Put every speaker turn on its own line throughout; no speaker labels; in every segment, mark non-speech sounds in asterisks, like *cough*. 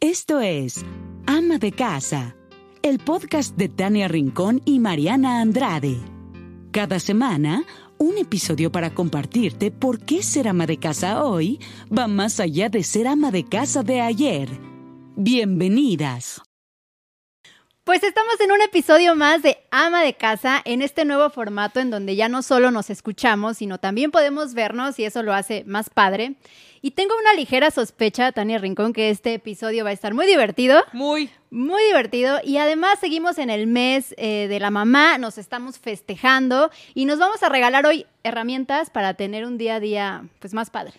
Esto es Ama de Casa, el podcast de Tania Rincón y Mariana Andrade. Cada semana, un episodio para compartirte por qué ser ama de casa hoy va más allá de ser ama de casa de ayer. Bienvenidas.
Pues estamos en un episodio más de Ama de Casa, en este nuevo formato en donde ya no solo nos escuchamos, sino también podemos vernos y eso lo hace más padre. Y tengo una ligera sospecha, Tania Rincón, que este episodio va a estar muy divertido.
Muy.
Muy divertido. Y además seguimos en el mes eh, de la mamá, nos estamos festejando y nos vamos a regalar hoy herramientas para tener un día a día pues más padre.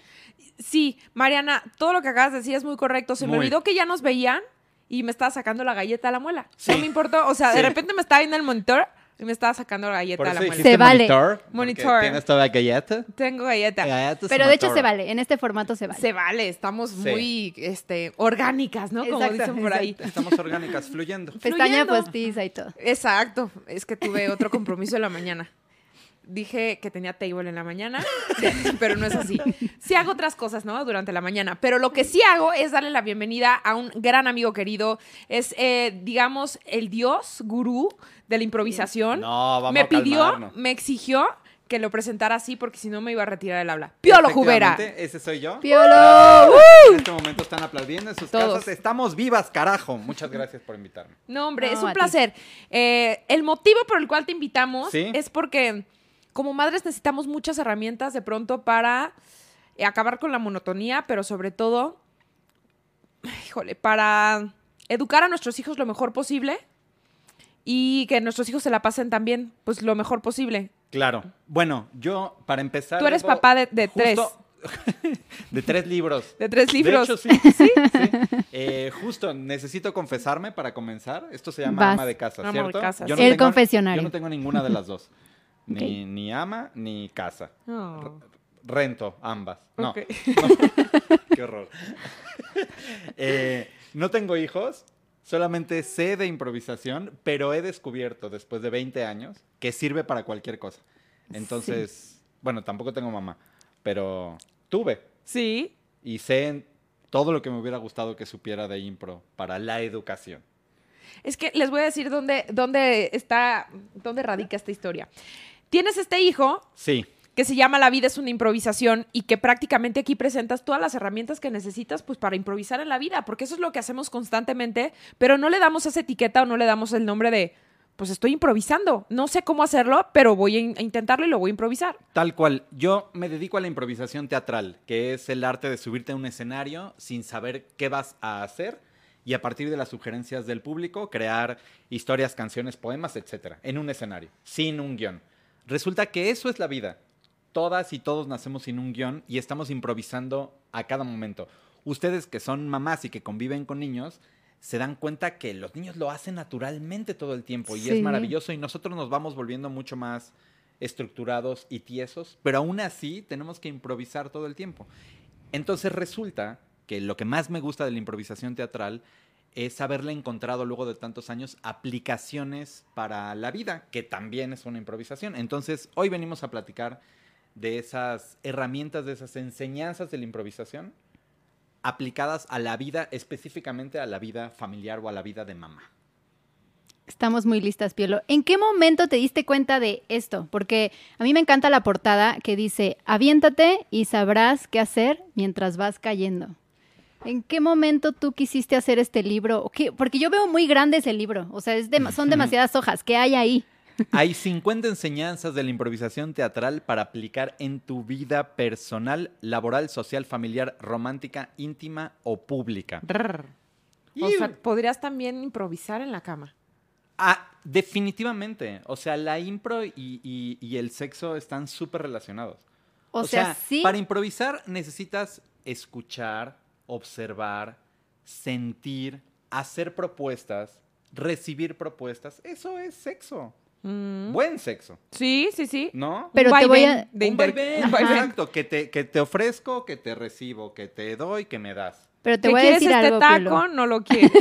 Sí, Mariana, todo lo que acabas de decir es muy correcto. Se me
Muy.
olvidó que ya nos veían y me estaba sacando la galleta a la muela. No
Sí.
me importó. O sea, de
Sí.
repente me estaba viendo el monitor y me estaba sacando la galleta
Por
a la
eso
muela.
dijiste
Se vale.
monitor. porque
Monitor.
Tienes toda galleta.
Tengo galleta.
Galletas
Pero de hecho
monitor.
se vale, en este formato se vale.
Se vale, estamos
Sí.
muy este, orgánicas, ¿no? Como
Exacto,
dicen por ahí.
Estamos orgánicas, fluyendo.
Pestaña
fluyendo.
postiza y todo.
Exacto. Es que tuve otro compromiso en la mañana. Dije que tenía table en la mañana, *laughs* pero no es así. Sí hago otras cosas, ¿no? Durante la mañana. Pero lo que sí hago es darle la bienvenida a un gran amigo querido. Es, eh, digamos, el dios gurú de la improvisación.
No, vamos
Me
a
pidió,
calmarnos.
me exigió que lo presentara así porque si no me iba a retirar del habla. ¡Piolo Jubera!
Efectivamente, Ese soy yo.
¡Piolo!
En este momento están aplaudiendo en sus
Todos.
casas. Estamos vivas, carajo. Muchas gracias por invitarme.
No, hombre,
No,
es
a
un
ti.
placer. Eh, el motivo por el cual te invitamos
Sí.
es porque como madres necesitamos muchas herramientas de pronto para eh, acabar con la monotonía, pero sobre todo, híjole, para educar a nuestros hijos lo mejor posible y que nuestros hijos se la pasen también, pues lo mejor posible.
Claro. Bueno, yo, para empezar.
Tú eres
debo-
papá de- de tres.
*laughs* de tres libros.
De
*laughs*
tres libros.
De hecho, sí. sí, Eh, justo, necesito confesarme para comenzar. Esto se llama
Vas.
ama de casa,
Ama de
¿cierto?
casa,
sí. El confesionario.
Yo no tengo ninguna de las dos. Ni,
Ok.
ni ama ni casa.
Oh.
No.
Rento ambas. No.
Ok.
no. *laughs* Qué horror. Eh, no tengo hijos, solamente sé de improvisación, pero he descubierto después de 20 años que sirve para cualquier cosa. Entonces, bueno, tampoco tengo mamá, pero tuve
Sí.
y sé todo lo que me hubiera gustado que supiera de impro para la educación.
Es que les voy a decir dónde, dónde está, dónde radica esta historia. Tienes este hijo
Sí,
que se llama La vida es una improvisación y que prácticamente aquí presentas todas las herramientas que necesitas pues para improvisar en la vida, porque eso es lo que hacemos constantemente, pero no le damos esa etiqueta o no le damos el nombre de pues estoy improvisando, no sé cómo hacerlo, pero voy a in- a intentarlo y lo voy a improvisar.
Tal cual. Yo me dedico a la improvisación teatral, que es el arte de subirte a un escenario sin saber qué vas a hacer y a partir de las sugerencias del público crear historias, canciones, poemas, etcétera, en un escenario, sin un guión. Resulta que eso es la vida. Todas y todos nacemos sin un guión y estamos improvisando a cada momento. Ustedes que son mamás y que conviven con niños, se dan cuenta que los niños lo hacen naturalmente todo el tiempo y
Sí.
es maravilloso y nosotros nos vamos volviendo mucho más estructurados y tiesos, pero aún así tenemos que improvisar todo el tiempo. Entonces resulta que lo que más me gusta de la improvisación teatral es haberle encontrado luego de tantos años aplicaciones para la vida, que también es una improvisación. Entonces hoy venimos a platicar de esas herramientas, de esas enseñanzas de la improvisación aplicadas a la vida, específicamente a la vida familiar o a la vida
*laughs*
de mamá.
Estamos muy listas, Piolo. ¿En qué momento te diste cuenta de esto? Porque a mí me encanta la portada que dice, aviéntate y sabrás qué hacer mientras vas cayendo. ¿En qué momento tú quisiste hacer este libro? ¿O qué? Porque yo veo muy grande ese libro, o sea, es dema- son demasiadas hojas. ¿Qué hay ahí?
Hay 50 enseñanzas de la improvisación teatral para aplicar en tu vida personal, laboral, social, familiar, romántica, íntima o pública.
O sea, podrías también improvisar en la cama.
Ah, definitivamente. O sea, la impro y, y- y el sexo están súper relacionados.
O, sea, sí.
Para improvisar necesitas escuchar, observar, sentir, hacer propuestas, recibir propuestas. Eso es sexo.
Mm.
Buen sexo,
Sí, sí, sí.
¿no?
Pero
Un
te voy a-
vaivén de
un
inter-
*laughs*
vaivén,
un vaivén.
exacto, que te, que te ofrezco, que te recibo, que te doy, que me das.
Pero te
¿Qué
voy a
quieres
decir
este
algo,
taco?
Piolo. *laughs*
No lo quieres.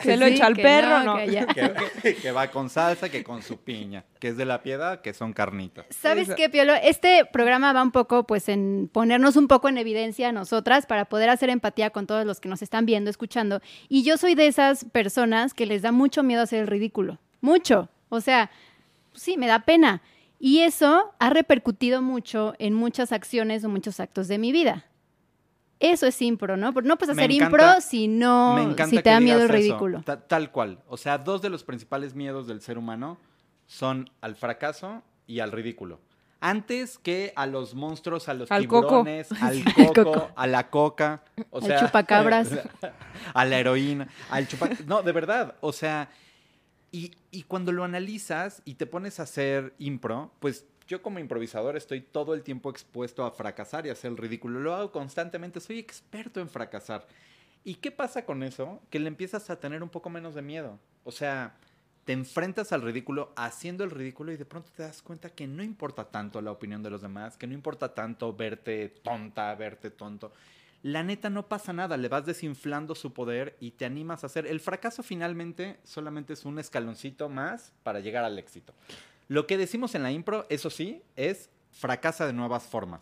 Se lo
Sí,
echa al
que
perro, no.
que ya.
*laughs* Que, que va con salsa, que con su piña, que es de la piedad, que son carnitas.
¿Sabes
Esa-
qué, Piolo? Este programa va un poco, pues, en ponernos un poco en evidencia a nosotras para poder hacer empatía con todos los que nos están viendo, escuchando. Y yo soy de esas personas que les da mucho miedo hacer el ridículo. Mucho. O sea, sí, me da pena. Y eso ha repercutido mucho en muchas acciones o muchos actos de mi vida. Eso es impro, ¿no? Por- No pues
Me
hacer
encanta-
impro si no,
Me encanta
si te
que
da miedo el
digas eso,
ridículo.
ta- tal cual. O sea, dos de los principales miedos del ser humano son al fracaso y al ridículo. Antes que a los monstruos, a los
Al
*laughs*
coco.
tiburones,
Al
al coco,
coco.
a la coca, o
Al
sea,
chupacabras.
*laughs* a la heroína, al chupacabras. No, de verdad, o sea, y, y cuando lo analizas y te pones a hacer impro, pues yo como improvisador estoy todo el tiempo expuesto a fracasar y hacer el ridículo. Lo hago constantemente, soy experto en fracasar. ¿Y qué pasa con eso? Que le empiezas a tener un poco menos de miedo. O sea, te enfrentas al ridículo haciendo el ridículo y de pronto te das cuenta que no importa tanto la opinión de los demás, que no importa tanto verte tonta, verte tonto. La neta no pasa nada, le vas desinflando su poder y te animas a hacer. El fracaso finalmente solamente es un escaloncito más para llegar al éxito. Lo que decimos en la impro, eso sí, es fracasa de nuevas formas.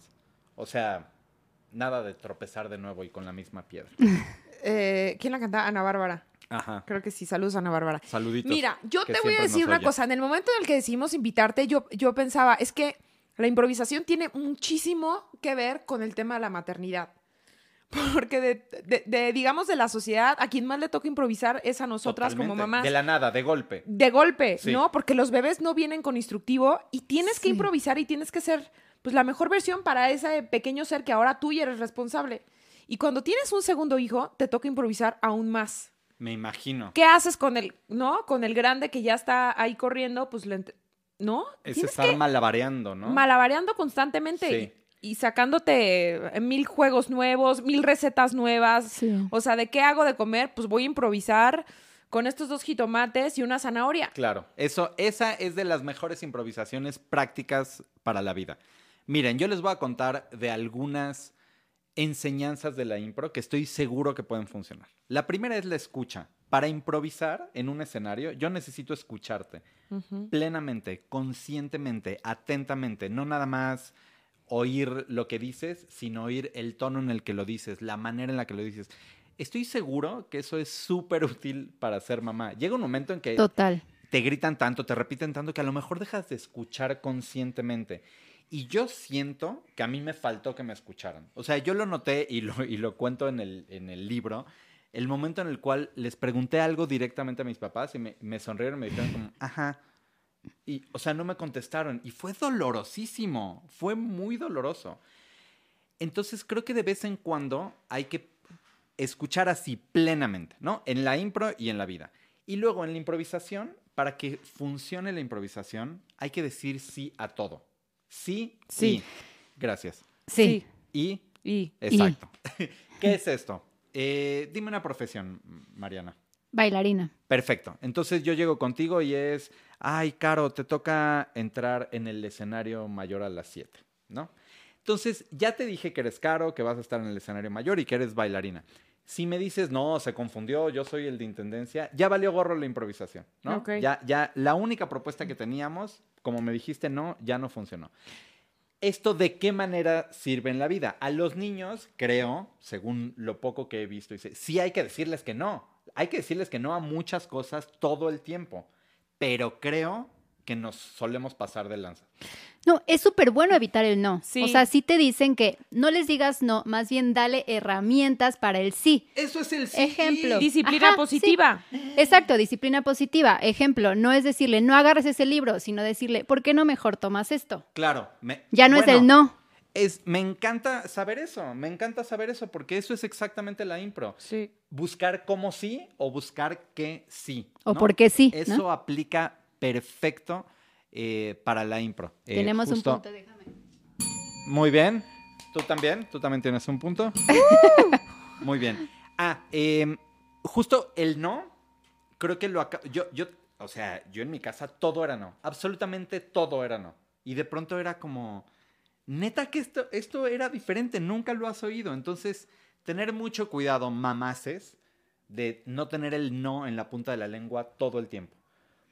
O sea, nada de tropezar de nuevo y con la misma piedra.
Eh, ¿Quién la canta? Ana Bárbara.
Ajá.
Creo que sí. Saludos, Ana Bárbara.
Saluditos.
Mira, yo
que
te voy a
siempre nos
decir una
oye.
cosa. En el momento en el que decidimos invitarte, yo, yo pensaba, es que la improvisación tiene muchísimo que ver con el tema de la maternidad. *laughs* Porque de, de- de, digamos, de la sociedad, a quien más le toca improvisar es a nosotras como
Totalmente.
mamás.
De la nada, de golpe.
de golpe,
Sí.
¿no? Porque los bebés no vienen con instructivo y tienes que
Sí.
improvisar y tienes que ser pues la mejor versión para ese pequeño ser que ahora tú ya eres responsable. Y cuando tienes un segundo hijo, te toca improvisar aún más.
Me imagino.
¿Qué haces con el, no? Con el grande que ya está ahí corriendo, pues le ent- ¿no?
Es
Tienes
estar malabareando, ¿no?
malabareando constantemente
Sí.
y, y sacándote eh, mil juegos nuevos, mil recetas nuevas.
Sí.
O sea, ¿de qué hago de comer? Pues voy a improvisar con estos dos jitomates y una zanahoria.
Claro. Eso, esa es de las mejores improvisaciones prácticas para la vida. Miren, yo les voy a contar de algunas enseñanzas de la impro que estoy seguro que pueden funcionar. La primera es la escucha. Para improvisar en un escenario, yo necesito escucharte.
Ujú.
plenamente, conscientemente, atentamente, no nada más oír lo que dices, sino oír el tono en el que lo dices, la manera en la que lo dices. Estoy seguro que eso es súper útil para ser mamá. Llega un momento en que
Total.
te gritan tanto, te repiten tanto, que a lo mejor dejas de escuchar conscientemente. Y yo siento que a mí me faltó que me escucharan. O sea, yo lo noté y lo, y lo cuento en el, en el libro, el momento en el cual les pregunté algo directamente a mis papás y me, me sonrieron, me dijeron como, ajá. Y, o sea, no me contestaron. Y fue dolorosísimo, fue muy doloroso. Entonces creo que de vez en cuando hay que escuchar así plenamente, ¿no? En la impro y en la vida. Y luego en la improvisación, para que funcione la improvisación, hay que decir sí a todo. Sí,
Sí.
sí. Gracias.
Sí.
Y,
Y
exacto. *laughs* ¿Qué es esto? Eh, dime una profesión, Mariana.
Bailarina.
Perfecto. Entonces yo llego contigo y es, ay, Caro, te toca entrar en el escenario mayor a las 7, ¿no? Entonces ya te dije que eres Caro, que vas a estar en el escenario mayor y que eres bailarina. Si me dices, no, se confundió, yo soy el de intendencia, ya valió gorro la improvisación, ¿no?
Ok.
Ya, ya, la única propuesta que teníamos, como me dijiste, no, ya no funcionó. ¿Esto de qué manera sirve en la vida? A los niños, creo, según lo poco que he visto, dice, sí hay que decirles que no. Hay que decirles que no a muchas cosas todo el tiempo. Pero creo que nos solemos pasar de lanza.
No, es súper bueno evitar el no.
Sí.
O sea, sí te dicen que no les digas no, más bien dale herramientas para el sí.
Eso es el
Ejemplo.
disciplina
Ajá,
positiva.
Exacto, disciplina positiva. Ejemplo, no es decirle no agarres ese libro, sino decirle, ¿por qué no mejor tomas esto?
Claro. me-
Ya no es
bueno,
el no.
es- me encanta saber eso, me encanta saber eso, porque eso es exactamente la impro.
Sí.
Buscar cómo sí o buscar qué sí.
O
¿no?
por qué sí. ¿no?
Eso aplica perfecto eh, para la impro. Eh,
Tenemos
justo-
un punto, déjame.
Muy bien. ¿Tú también? ¿Tú también tienes
*laughs*
un punto? Muy bien. Ah, eh, justo el no, creo que lo acá. Yo, yo, o sea, yo en mi casa todo era no. Absolutamente todo era no. Y de pronto era como. Neta que esto, esto era diferente, nunca lo has oído. Entonces tener mucho cuidado, mamaces, de no tener el no en la punta de la lengua todo el tiempo.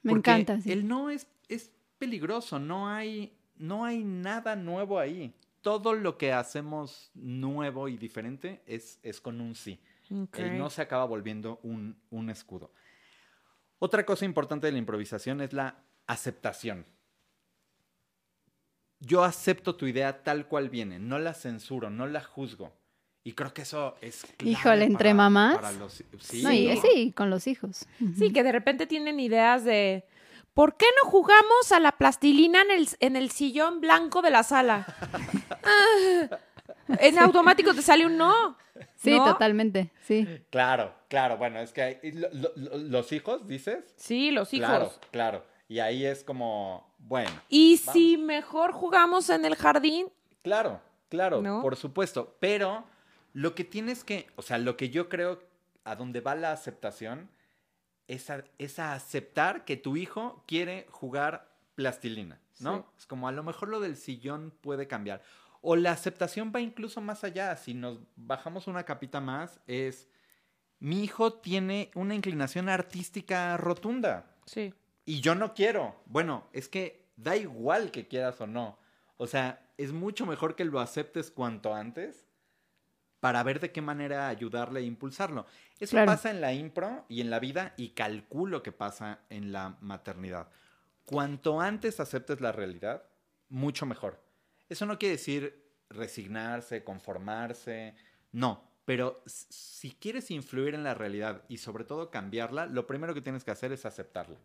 Me
Porque
encanta, sí.
El no es, es peligroso, no hay, no hay nada nuevo ahí. Todo lo que hacemos nuevo y diferente es, es con un sí. El Eh, no se acaba volviendo un, un escudo. Otra cosa importante de la improvisación es la aceptación. Yo acepto tu idea tal cual viene, no la censuro, no la juzgo. Y creo que eso es... clave
Híjole, ¿entre
para-
mamás?
para los- sí.
No, y, eh, sí, con los hijos.
Sí, que de repente tienen ideas de. ¿Por qué no jugamos a la plastilina en el, en el sillón blanco de la sala? Ah, en automático te sale un no.
Sí,
¿no?
totalmente, sí.
Claro, claro. Bueno, es que hay- lo- lo- lo- los hijos, dices.
Sí, los hijos.
Claro, claro. Y ahí es como, bueno,
Y si mejor jugamos en el jardín,
claro, claro,
¿No?
por supuesto. Pero lo que tienes que, o sea, lo que yo creo a donde va la aceptación es a, es a aceptar que tu hijo quiere jugar plastilina, ¿no?
Sí.
Es como a lo mejor lo del sillón puede cambiar. O la aceptación va incluso más allá. Si nos bajamos una capita más, es mi hijo tiene una inclinación artística rotunda.
sí.
y yo no quiero. Bueno, es que da igual que quieras o no. O sea, es mucho mejor que lo aceptes cuanto antes para ver de qué manera ayudarle e impulsarlo. Eso
Claro.
pasa en la impro y en la vida y calculo que pasa en la maternidad. Cuanto antes aceptes la realidad, mucho mejor. Eso no quiere decir resignarse, conformarse, no. Pero s- si quieres influir en la realidad y sobre todo cambiarla, lo primero que tienes que hacer es aceptarla.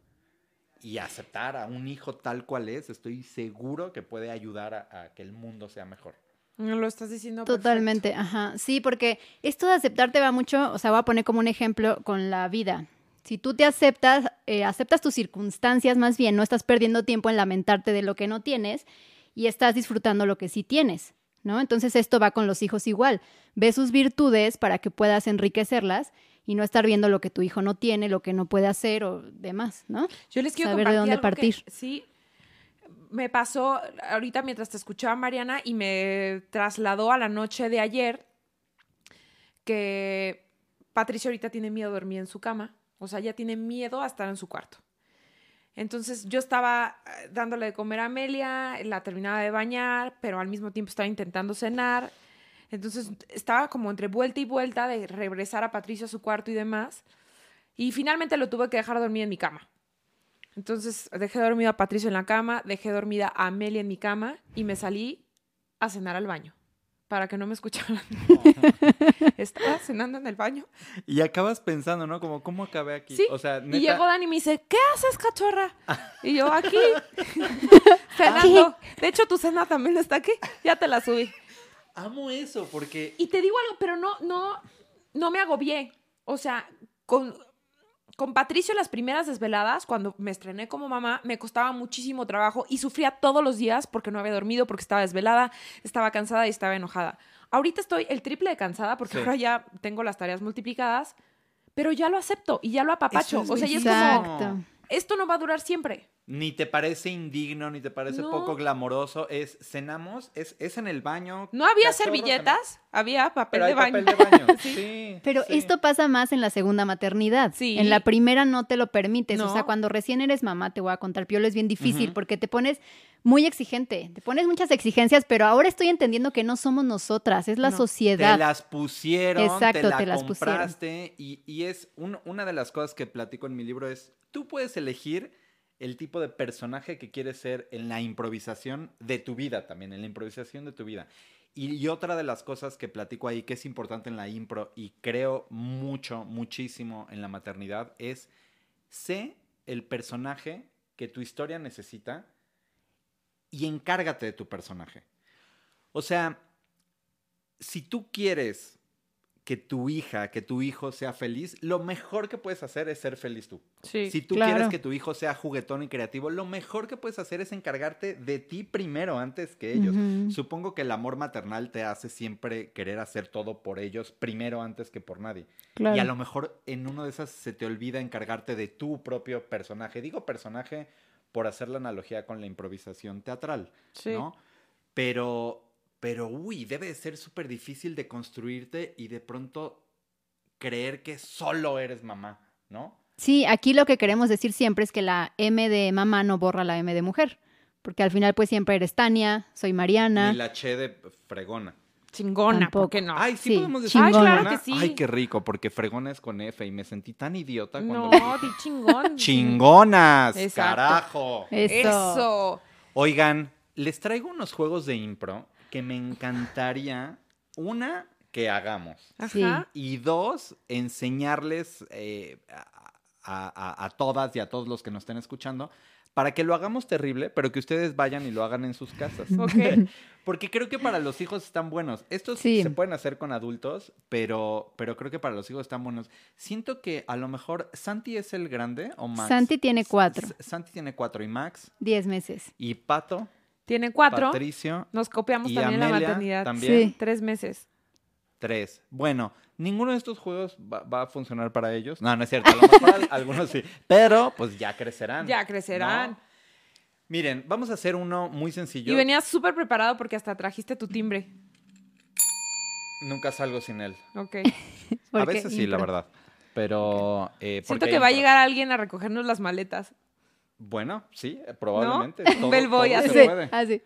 Y aceptar a un hijo tal cual es, estoy seguro que puede ayudar a, a que el mundo sea mejor.
Lo estás diciendo perfecto.
Totalmente, ajá. Sí, porque esto de aceptarte va mucho, o sea, voy a poner como un ejemplo con la vida. Si tú te aceptas, eh, aceptas tus circunstancias más bien, no estás perdiendo tiempo en lamentarte de lo que no tienes y estás disfrutando lo que sí tienes, ¿no? Entonces esto va con los hijos igual. Ve sus virtudes para que puedas enriquecerlas y no estar viendo lo que tu hijo no tiene, lo que no puede hacer o demás, ¿no?
Yo les quiero
Saber de
compartir
dónde
algo que-
partir.
sí, me pasó ahorita mientras te escuchaba Mariana y me trasladó a la noche de ayer que Patricia ahorita tiene miedo a dormir en su cama, o sea, ya tiene miedo a estar en su cuarto. Entonces yo estaba eh, dándole de comer a Amelia, la terminaba de bañar, pero al mismo tiempo estaba intentando cenar. Entonces estaba como entre vuelta y vuelta de regresar a Patricio a su cuarto y demás. Y finalmente lo tuve que dejar dormir en mi cama. Entonces dejé dormido a Patricio en la cama, dejé dormida a Amelia en mi cama y me salí a cenar al baño para que no me escucharan. Estaba cenando en el baño.
Y acabas pensando, ¿no? Como, ¿cómo acabé aquí?
Sí.
O sea,
Y
neta,
llegó Dani y me dice, ¿qué haces, cachorra? Y yo, aquí, cenando. De hecho, tu cena también está aquí. Ya te la subí.
amo eso porque
Y te digo algo, pero no, no, no me agobié. O sea, con, con Patricio las primeras desveladas, cuando me estrené como mamá, me costaba muchísimo trabajo y sufría todos los días porque no había dormido, porque estaba desvelada, estaba cansada y estaba enojada. Ahorita estoy el triple de cansada porque
Sí.
ahora ya tengo las tareas multiplicadas, pero ya lo acepto y ya lo
Eso
apapacho.
es
o sea, ya es como,
bellísimo.
Exacto.
esto no va a durar siempre.
ni te parece indigno, ni te parece
No.
poco glamoroso, es cenamos, es, es en el baño.
No había
cachorro,
servilletas, había
cena-
papel
Ah, Pero
de
hay
baño.
papel de baño. sí.
Pero
sí.
esto pasa más en la segunda maternidad.
Sí.
En la primera no te lo permites.
No.
O sea, cuando recién eres mamá, te voy a contar, Piolo, es bien difícil
Ujú.
porque te pones muy exigente. Te pones muchas exigencias, pero ahora estoy entendiendo que no somos nosotras, es la
No.
sociedad.
Te las pusieron, te,
Exacto,
la
te las pusieron.
compraste. Y, y es un- una de las cosas que platico en mi libro es, tú puedes elegir el tipo de personaje que quieres ser en la improvisación de tu vida también, en la improvisación de tu vida. Y, y otra de las cosas que platico ahí que es importante en la impro y creo mucho, muchísimo en la maternidad es sé el personaje que tu historia necesita y encárgate de tu personaje. O sea, si tú quieres que tu hija, que tu hijo sea feliz, lo mejor que puedes hacer es ser feliz tú.
*laughs* Sí.
si tú
claro.
quieres que tu hijo sea juguetón y creativo, lo mejor que puedes hacer es encargarte de ti primero antes que ellos.
Ujú.
Supongo que el amor maternal te hace siempre querer hacer todo por ellos primero antes que por nadie. Y a lo mejor en uno de esas se te olvida encargarte de tu propio personaje. Digo personaje por hacer la analogía con la improvisación teatral, ¿no? Pero, Pero, uy, debe de ser súper difícil de construirte y de pronto creer que solo eres mamá, ¿no?
Sí, aquí lo que queremos decir siempre es que la M de mamá no borra la M de mujer, porque al final pues siempre eres Tania, soy Mariana.
Ni la che de fregona.
Chingona,
Tampoco.
¿por qué no?
Ay, sí,
Sí,
podemos decir
Ay, claro
fregona?
que sí.
Ay, qué rico, porque fregona es con F y me sentí tan idiota
no,
cuando... lo dije.
di
*laughs*
chingón.
¡Chingonas!
Exacto.
¡Carajo!
Eso.
Eso.
Oigan, les traigo unos juegos de impro que me encantaría, una, que hagamos.
Sí.
Ajá.
Y dos, enseñarles eh, a, a- a todas y a todos los que nos estén escuchando para que lo hagamos terrible, pero que ustedes vayan y lo hagan en sus casas.
Ok.
*laughs* Porque creo que para los hijos están buenos. Estos
Sí.
se pueden hacer con adultos, pero, pero creo que para los hijos están buenos. Siento que a lo mejor Santi es el grande o Max.
Santi tiene cuatro,
S- Santi tiene cuatro y Max.
diez meses.
Y Pato,
Tiene cuatro.
Patricio,
Nos copiamos
y
también en
Amelia
la maternidad.
también.
Sí.
Tres meses.
Tres. Bueno, ninguno de estos juegos va, va a funcionar para ellos. No, no es cierto. A lo mejor al- *laughs* algunos sí. Pero pues ya crecerán.
Ya crecerán.
¿no? Miren, vamos a hacer uno muy sencillo.
Y venías súper preparado porque hasta trajiste tu timbre.
Nunca salgo sin él.
Ok.
A
porque
veces sí, la
impro-
verdad. Pero... eh, porque
Siento
hay
que va a
impro.
llegar alguien a recogernos las maletas.
Bueno, sí, eh, probablemente.
*laughs* Un
Todo,
bellboy
todo
así. Ah.
se
*laughs* Sí,
puede.
así.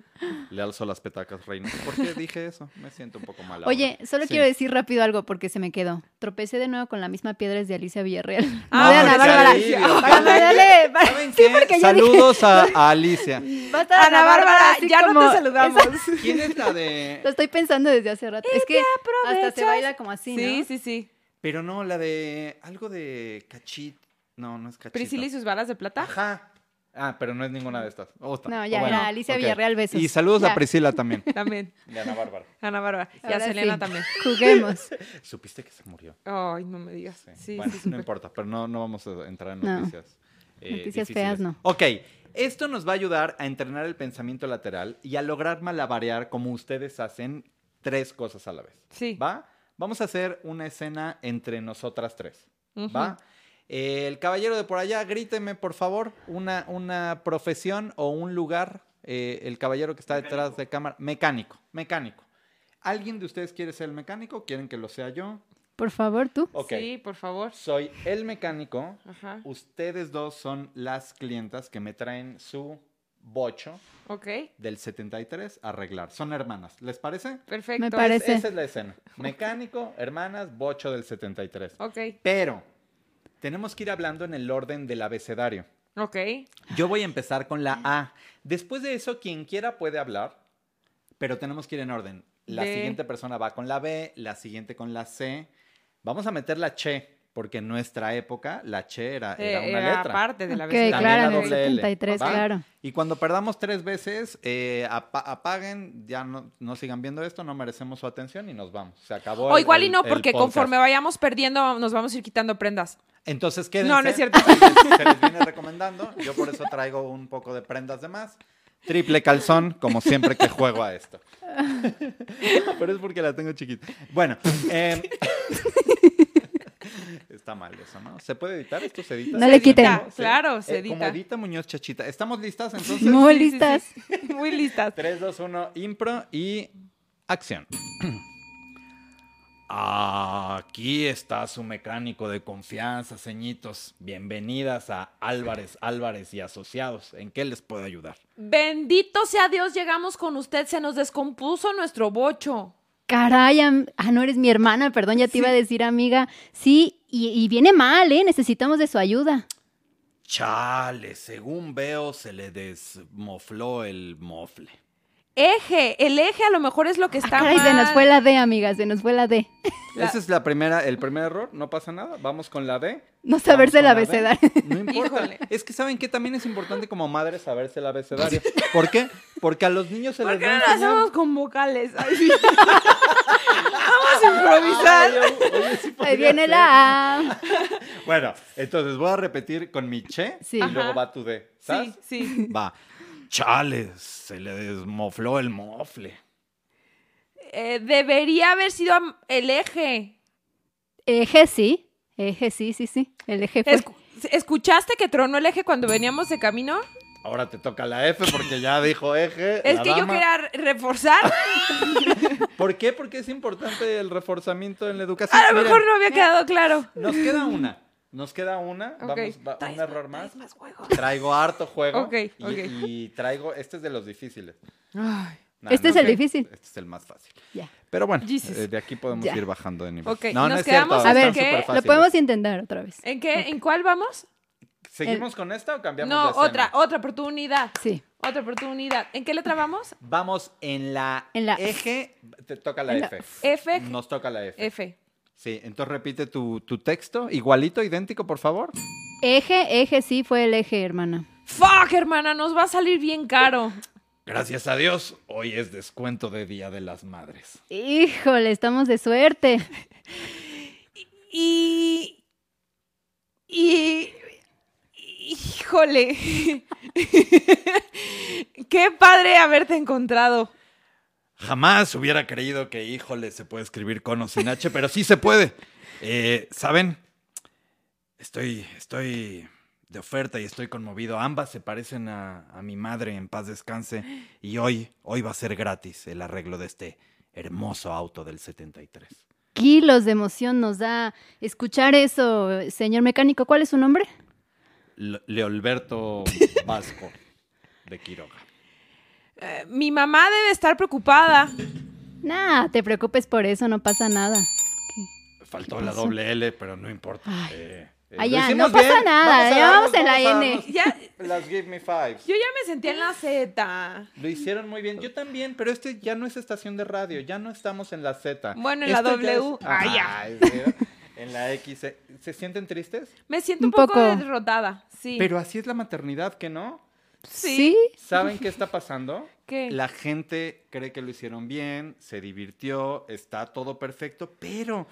Le alzo las petacas, reina. ¿Por qué dije eso? Me siento un poco mal. ahora.
Oye, solo
Sí.
quiero decir rápido algo porque se me quedó. Tropecé de nuevo con la misma piedra es de Alicia
*laughs*
Villarreal.
Ah,
Vean a
qué
Bárbara.
alivio, qué
*laughs* Bárbara,
alivio.
dale,
*laughs*
Bárbara.
¿Saben
Sí,
qué?
porque yo
Saludos a, a Alicia.
dije, va a estar
Ana Bárbara,
así
ya no
como-
te saludamos. *laughs*
¿Quién es la
Lo
de...?
estoy pensando desde hace rato. Es que hasta se
aprovechas.
baila como así, ¿no?
Sí, sí, sí.
Pero no, la de... Algo de cachit... No, no es cachito.
Priscila y sus balas de plata.
Ajá. Ah, pero no es ninguna de estas. Otra.
No, ya,
O
era Alicia
ok.
Villarreal, besos.
Y saludos
Ya.
a
*laughs*
Priscila también.
*laughs* También.
Y Ana Bárbara.
Ana Bárbara. Y a
Ahora
Selena
sí.
también.
Juguemos.
¿Supiste que se murió?
Ay, no me digas.
Sí.
Sí,
bueno,
sí,
no
súper.
importa, pero no, no vamos a entrar en
No.
noticias. eh,
Noticias
difíciles.
feas, no.
Ok, esto nos va a ayudar a entrenar el pensamiento lateral y a lograr malabarear como ustedes hacen tres cosas a la vez.
Sí.
¿Va? Vamos a hacer una escena entre nosotras tres.
Ujú.
¿Va? El caballero de por allá, gríteme por favor una, una profesión o un lugar. eh, el caballero que está detrás de cámara. Mecánico, mecánico. ¿Alguien de ustedes quiere ser el mecánico? ¿Quieren que lo sea yo?
Por favor, tú.
Ok.
Sí, por favor.
Soy el mecánico.
Ajá.
Ustedes dos son las clientas que me traen su bocho
Ok.
del 73 a arreglar. Son hermanas. ¿Les parece?
Perfecto.
Me parece.
Esa es la escena. Mecánico, hermanas, bocho del 73.
Ok.
Pero tenemos que ir hablando en el orden del abecedario.
Ok.
Yo voy a empezar con la A. Después de eso, quien quiera puede hablar, pero tenemos que ir en orden. La
B.
siguiente persona va con la B, la siguiente con la C. Vamos a meter la Che, porque en nuestra época la Che era,
Eh,
era una
era
letra.
parte de la
Ok,
También
abecedario.
claro, en
la
el
doble L,
73,
¿va?
claro.
Y cuando perdamos tres veces, eh, apa- apaguen, ya no, no sigan viendo esto, no merecemos su atención y nos vamos. Se acabó.
O
el-
igual y
el-
no,
el
porque
podcast.
conforme vayamos perdiendo nos vamos a ir quitando
*laughs*
prendas.
Entonces, quédense.
No, no es cierto.
Se les, *laughs* se les viene
*laughs*
recomendando. Yo por eso traigo un poco de prendas de más. Triple calzón, como siempre que juego a esto. *laughs* Pero es porque la tengo chiquita. Bueno, em, *laughs* está mal eso, ¿no? ¿Se puede editar? ¿Esto se edita?
No le
¿Se edita?
quiten.
Ya, claro, se
Como
edita.
edita Muñoz Chachita. ¿Estamos listas entonces?
Muy
Sí, sí, sí.
listas.
Muy listas.
3, 2, 1, impro y acción. *clears throat* Aquí está su mecánico de confianza, ceñitos. Bienvenidas a Álvarez, Álvarez y Asociados. ¿En qué les puedo ayudar?
Bendito sea Dios, llegamos con usted. Se nos descompuso nuestro bocho.
Caray, am- ah, no eres mi hermana, perdón, ya te iba a decir amiga. Sí, y, y viene mal, ¿eh? Necesitamos de su ayuda.
Chale, según veo, se le desmofló el mofle.
Eje, el eje a lo mejor es lo que
Ah,
está
caray,
mal.
se nos fue la D, amiga, se nos fue la D.
La-
Ese es la primera, el primer error, no pasa nada. Vamos con la D.
No saberse el
Vamos con la D.
abecedario.
No importa.
Híjole.
Es que saben que también es importante como madre saberse el abecedario. ¿Por qué? Porque a los niños se
¿Por
les
qué
va
no
a
lo
enseñar-
hacemos con vocales?
*laughs*
Ay, Ah, sí. Vamos a improvisar.
Ahí viene la A.
Bueno, entonces voy a repetir con mi che
Sí.
y
Ajá.
luego va tu D. ¿Sabes?
Sí, sí.
Va. Chales, se le desmofló el mofle.
Eh, debería haber sido am- el eje.
Eje Eh, sí, eje sí, sí, sí. El eje fue.
Escu- ¿Escuchaste que tronó el eje cuando veníamos de camino?
Ahora te toca la F porque ya dijo eje.
Es
la
que yo
dama.
quería
*laughs*
reforzar.
¿Por qué? Porque es importante el reforzamiento en la educación.
A lo
Miren,
mejor no había quedado claro.
Nos queda una. Nos queda una.
Ok.
Vamos, va-
Traes
un error más.
traes más juegos.
Traigo harto juego.
Ok,
y,
ok.
y traigo. Este es de los difíciles.
Ay.
Nah,
Este
no
es el
sé.
difícil.
Este es el más fácil.
Ya.
Pero bueno,
Jesus.
eh, de aquí podemos
Ya.
ir bajando de nivel.
Ok,
No, no
nos
es cierto.
quedamos
A
están
ver,
que-
superfáciles.
Lo podemos intentar otra vez.
¿En qué? ¿En cuál vamos?
¿Seguimos con esta o cambiamos de
No,
escena?
otra, otra oportunidad.
Sí.
Otra oportunidad. ¿En qué letra vamos?
Vamos en la,
En la-
eje. Te toca la
en la
F.
F.
Nos toca la F.
F.
Sí, entonces repite tu, tu texto. Igualito, idéntico, por favor.
Eje, eje, sí fue el eje, hermana.
Fuck, hermana, nos va a salir bien caro.
Gracias a Dios, hoy es descuento de Día de las Madres.
Híjole, estamos de suerte.
Y. Y. Híjole. *laughs* Qué padre haberte encontrado.
Jamás hubiera creído que, híjole, se puede escribir con o sin H, pero sí se puede. Eh, ¿Saben? Estoy, estoy de oferta y estoy conmovido. Ambas se parecen a, a mi madre, en paz descanse. Y hoy, hoy va a ser gratis el arreglo de este hermoso auto del 73.
Kilos de emoción nos da escuchar eso, señor mecánico. ¿Cuál es su nombre?
Le- Leolberto Vasco de Quiroga.
Eh, mi mamá debe estar preocupada.
Nah, te preocupes por eso, no pasa nada.
Faltó
¿Qué
la
pasó?
doble L, pero no importa.
Ay.
Eh, eh,
Ah,
lo
ya,
hicimos
no pasa
bien.
nada,
Vamos a
ya
darnos,
vamos en la N.
darnos
Ya,
Las Give Me Fives.
yo ya me sentía en la Z.
Lo hicieron muy bien. Yo también, pero este ya no es estación de radio, ya no estamos en la Z.
Bueno, en la
Esto ya
W.
es-
Ah, ya.
Ay, mira, En la X. ¿Se, se sienten tristes?
Me siento un
Un
poco,
poco.
derrotada. Sí.
Pero así es la maternidad, ¿que no?
Sí.
¿Saben qué está pasando?
*laughs* ¿Qué?
La gente cree que lo hicieron bien, se divirtió, está todo perfecto, pero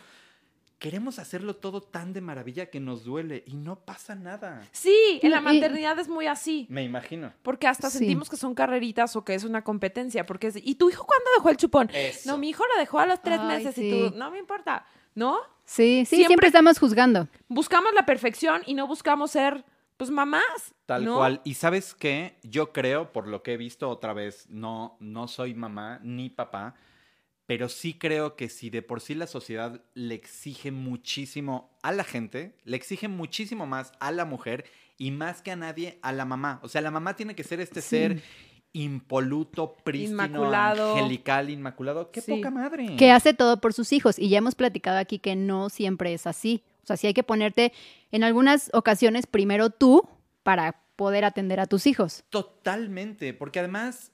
queremos hacerlo todo tan de maravilla que nos duele y no pasa nada.
sí, en la
Y-
maternidad es muy así.
Me imagino.
Porque hasta
Sí.
sentimos que son carreritas o que es una competencia. Porque es, ¿y tu hijo cuándo dejó el chupón?
Eso.
No, mi hijo lo dejó a los tres
Ay,
meses
sí.
y tú, no me importa. ¿No?
Sí, sí, siempre,
Siempre-
estamos juzgando.
Buscamos la perfección y no buscamos ser, pues, mamás.
Tal
¿no?
cual. Y sabes qué, yo creo, por lo que he visto otra vez, no, no soy mamá ni papá, pero sí creo que si de por sí la sociedad le exige muchísimo a la gente, le exige muchísimo más a la mujer y más que a nadie a la mamá. O sea, la mamá tiene que ser este ser impoluto, prístino,
Inmaculado.
angelical, inmaculado. ¡Qué
Sí.
poca madre!
Mm.
Que hace todo por sus hijos. Y ya hemos platicado aquí que no siempre es así. O sea, sí hay que ponerte en algunas ocasiones primero tú para poder atender a tus hijos.
Totalmente, porque además,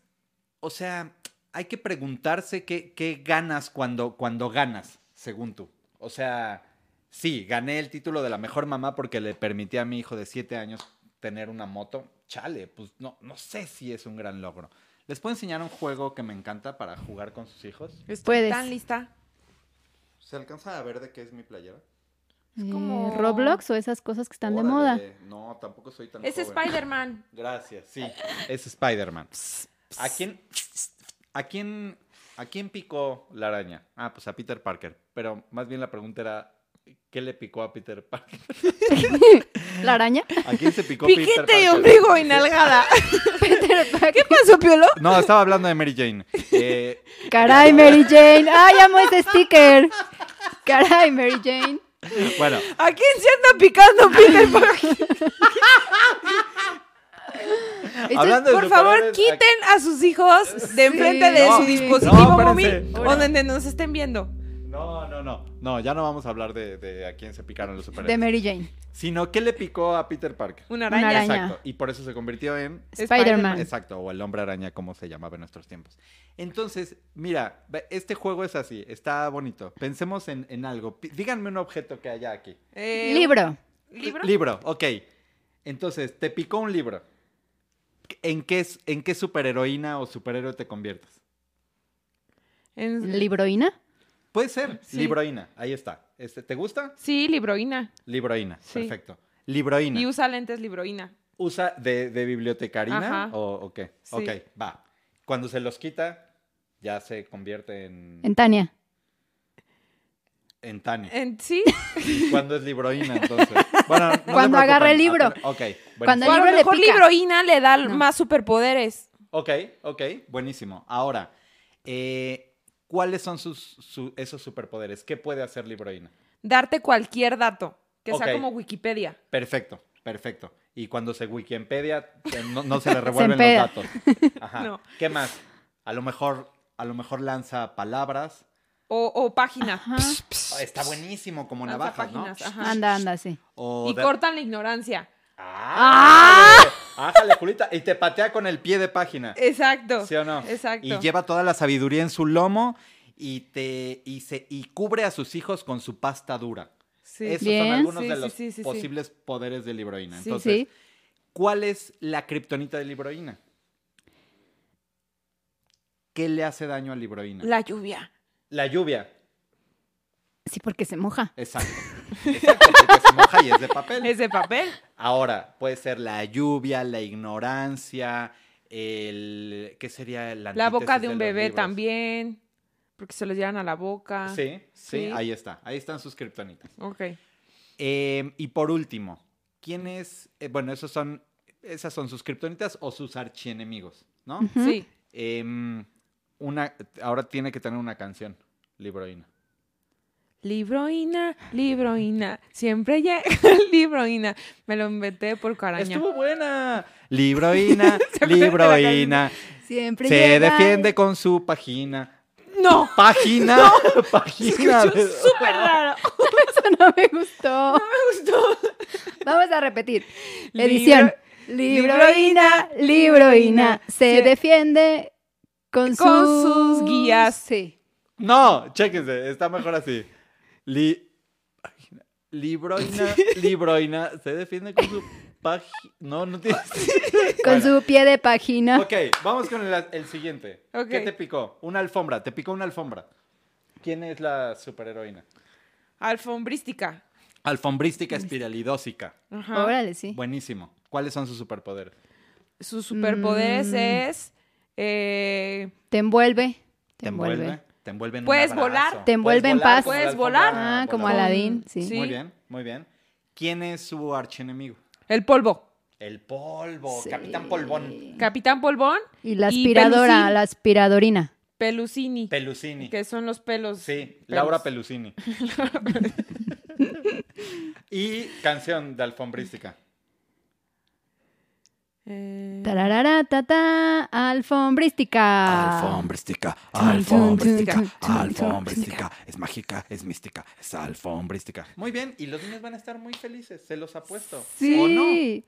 o sea, hay que preguntarse qué, qué ganas cuando, cuando ganas, según tú. O sea, sí, gané el título de la mejor mamá porque le permití a mi hijo de 7 años tener una moto. Chale, pues no, no sé si es un gran logro. ¿Les puedo enseñar un juego que me encanta para jugar con sus hijos?
Estoy
Puedes.
tan lista.
¿Se alcanza a ver de qué es mi playera?
Eh,
como-
Roblox o esas cosas que están de moda.
No, tampoco soy tan
Es Spider-Man.
Gracias, sí. Es Spider-Man. ¿A quién, a, quién, ¿A quién picó la araña? Ah, pues a Peter Parker. Pero más bien la pregunta era, ¿qué le picó a Peter Parker?
*laughs* ¿La araña?
*laughs*
¿A quién se picó Peter
Piquete y
Parker?
ombligo y *laughs* nalgada.
Peter Parker.
¿Qué pasó, Piolo?
No, estaba hablando de Mary Jane. Eh,
Caray, Mary Jane. Ay, amo ese sticker. Caray, Mary Jane.
bueno,
¿A quién se anda picando Peter Parker?
Esto es-
hablando de
Por favor,
superhéroes, ¿a-
quiten a sus hijos de enfrente de
No,
su
sí.
dispositivo
no, espérense.
móvil
Ahora.
o donde nos estén viendo.
No, no, no. No, ya no vamos a hablar de, de a quién se picaron los
de
superhéroes.
Mary Jane.
Sino, ¿qué le picó a Peter Parker?
Una
Una
araña.
araña.
Exacto. Y por eso se convirtió en
Spider-Man.
Exacto, o el hombre araña, como se llamaba en nuestros tiempos. Entonces, mira, ve- este juego es así, está bonito. Pensemos en, en algo. Pi- Díganme un objeto que haya aquí.
Eh,
Libro.
¿Libro?
Libro, ok. Entonces, te picó un libro. ¿En qué, es- en qué superheroína o superhéroe te conviertes?
En-
¿Libroína?
Puede ser,
Sí.
libroína, ahí está. Este, ¿Te gusta?
Sí, libroína.
Libroína,
Sí.
perfecto. Libroína.
Y usa lentes libroína.
¿Usa de, de bibliotecarina
Ajá.
o, o qué?
Sí.
Ok, va. Cuando se los quita, ya se convierte en...
En Tania.
en Tani.
En- sí,
¿Cuándo es libroína, entonces? Bueno, no te
Cuando agarre el
preocupen.
libro.
Ah, Ok,
Cuando
buenísimo.
o a
libro
lo
le
mejor
pica.
Libroína le da más superpoderes.
Ok, ok, buenísimo. Ahora, eh, ¿cuáles son sus, su- esos superpoderes? ¿Qué puede hacer libroína?
Darte cualquier dato, que
Ok.
sea como Wikipedia.
Perfecto, perfecto. Y cuando se Wikipedia, eh, no,
*laughs*
no se le revuelven los
empeda.
datos. Ajá.
No.
¿Qué más? A lo mejor, a lo mejor lanza palabras.
O, o página.
Ajá.
Ah, Está buenísimo como
Lanza
navajas, ¿no?
páginas, ajá.
Anda, anda, sí.
O
Y
de-
cortan la ignorancia.
¡Ah! Ájale, Julita. Y te patea con el pie de página.
Exacto.
¿Sí o no?
Exacto.
Y lleva toda la sabiduría en su lomo y te y se y cubre a sus hijos con su pasta dura.
Sí.
Esos son
Bien.
algunos
Sí,
de
sí,
los
sí, sí, sí.
posibles poderes de Libroína.
Sí,
Entonces,
sí.
¿cuál es la kriptonita de Libroína? ¿Qué le hace daño a Libroína?
La lluvia.
La lluvia.
Sí, porque se moja.
*laughs*
Exacto. Exacto, porque se moja y es de papel.
Es de papel.
Ahora, puede ser la lluvia, la ignorancia, el... ¿Qué sería el
La boca
antítesis
de un
los
bebé
libros?
también. Porque se los llevan a la boca.
Sí, sí,
Sí.
ahí está. Ahí están sus kriptonitas.
Ok.
Eh, y por último, ¿quién es? eh, bueno, esos son, esas son sus kriptonitas o sus archienemigos, ¿no?
Ujú.
Sí.
Em, una, ahora tiene que tener una canción, Libroína.
Libroína, libroína. Siempre *laughs* llega libroína. Me lo inventé por caraña.
¡Estuvo buena!
*laughs*
Libroína,
acuerdan de la
Libroína,
Siempre
se defiende con su página. *laughs*
No. *laughs*
Página, página.
Escuchó súper
*laughs*
raro.
*laughs* Eso no me gustó.
Me gustó.
Vamos a repetir.
Libro-
Edición. Libroína, libroína. Se
Sí.
defiende con,
Con sus guías.
Sí.
No, chéquense, está mejor así. Li... página. Libroina,
*laughs*
Libroina, se defiende con su página. No, no tiene.
Con
Bueno,
su pie de página. *laughs*
Ok, vamos con el, el siguiente.
Ok.
¿Qué te picó? Una alfombra, te picó una alfombra. ¿Quién es la superheroína?
Alfombrística.
Alfombrística espiralidósica.
Ajá.
Órale, sí.
Buenísimo. ¿Cuáles son sus superpoderes?
Sus superpoderes
Mm.
es. eh,
Te envuelve. Te envuelve.
Te envuelve en un
Puedes
abrazo.
volar.
Te envuelve en paz.
como la
Puedes
alfombra
volar.
Ah, como
voladora.
Aladín, sí.
Sí.
Muy bien, muy bien. ¿Quién es su archienemigo?
el polvo.
El polvo,
Sí.
Capitán Polvón.
Capitán Polvón,
Y la
Y
aspiradora,
Pelucín.
la aspiradorina.
Pelucini.
Pelusini.
que son los pelos.
Sí,
Pelos.
Laura Pelusini. y canción de alfombrística.
Eh,
Tararara, tata, alfombrística.
Alfombrística,
alfombrística, alfombrística.
Es mágica, es mística, es alfombrística. Muy bien, y los niños van a estar muy felices, se los apuesto.
Sí.
¿O no?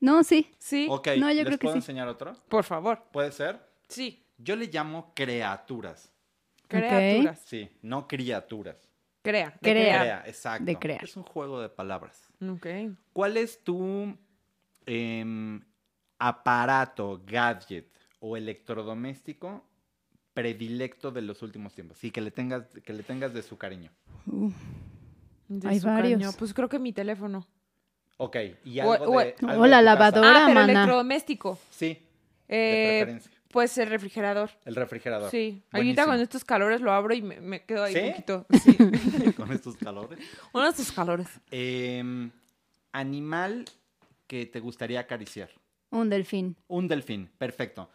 No, sí.
sí,
Ok,
No, yo
¿les
creo que
puedo
sí.
enseñar otro?
por favor.
¿Puede ser?
Sí,
Yo le llamo criaturas.
criaturas.
Sí, no criaturas.
Crea. de
Crea.
Crea, exacto.
De crear.
Es un juego de palabras.
Ok.
¿Cuál es tu em, aparato, gadget o electrodoméstico predilecto de los últimos tiempos? Sí, que le tengas, que le tengas de su cariño.
Uh,
De
Hay
su cariño.
varios.
Pues creo que mi teléfono.
Ok, y
O-
algo
o-
de.
o
algo de
la
tu casa.
lavadora. Ahora,
ah, pero
maná.
electrodoméstico.
Sí, de
Eh,
preferencia.
pues el refrigerador.
El refrigerador.
Sí.
Buenísimo.
Ahorita con estos calores lo abro y me, me quedo ahí
¿Sí?
poquito.
*laughs*
Sí.
*laughs* Con estos calores.
Uno de estos calores.
Em, animal que te gustaría acariciar.
un delfín.
Un delfín, perfecto.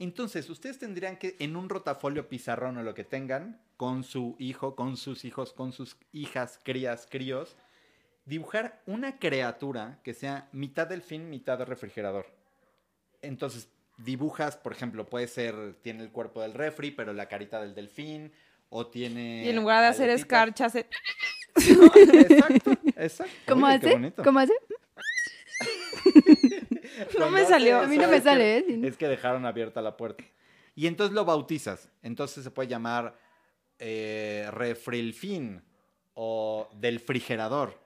Entonces, ustedes tendrían que en un rotafolio, pizarrón o lo que tengan, con su hijo, con sus hijos, con sus hijas, crías, críos, dibujar una criatura que sea mitad delfín, mitad refrigerador. Entonces, dibujas, por ejemplo, puede ser, tiene el cuerpo del refri, pero la carita del delfín, o tiene...
y en lugar de hacer eh,
aletitas.
escarcha, hace... *laughs*
Exacto, exacto.
¿Cómo
Oye, qué
hace?
bonito.
¿Cómo hace?
No me
Cuando
salió.
hace
A mí no
eso,
me
es
sale,
que-
¿eh?
Es que dejaron abierta la puerta. Y entonces lo bautizas. Entonces se puede llamar eh, refrilfín o del frigerador.